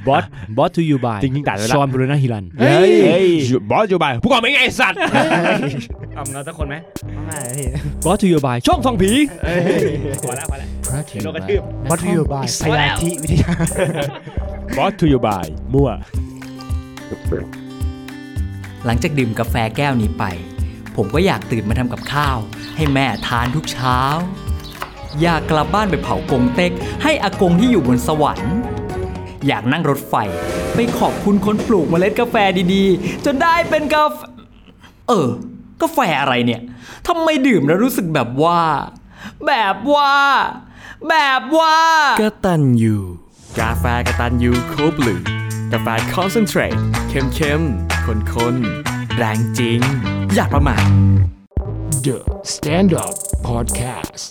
บอสบอสทูยูบาย จริงๆตัดไปละ ชอนบรูน่าฮิรัน เฮ้ย บอสอยู่บ่ายผู้กองเป็นไงไอ้สัตว์ เอาเงาสักคนไหม ไม่พี่ บอสทูยูบายช่องทองผี brought to you โดนกระทืบ by วัตถุดิบายพยาธิวิทยา บอสอยู่บ่ายมั่ว หลังจากดื่มกาแฟแก้วนี้ไป ผมก็อยากตื่นมาทำกับข้าว ให้แม่ทานทุกเช้า อยากกลับบ้านไปเผากงเต็ก ให้อากงที่อยู่บนสวรรค์ อยากนั่งรถไฟ ไปขอบคุณคนปลูกเมล็ดกาแฟดีๆ จนได้เป็นกาแฟ เออ กาแฟอะไรเนี่ยทำไมดื่มแล้วรู้สึกแบบว่า แบบว่า แบบว่า กตันยูกาแฟกตันยูครบหรือกาแฟคอนเซนเทรตเข้มเข้มข้นข้นๆแรงจริง อย่าประมาท The Stand Up Podcast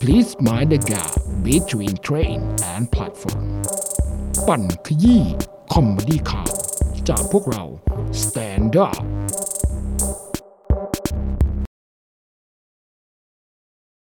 Please mind the gap between train and platform ปั่นขยี้คอมเมดี้ข่าวจากพวกเรา Stand Up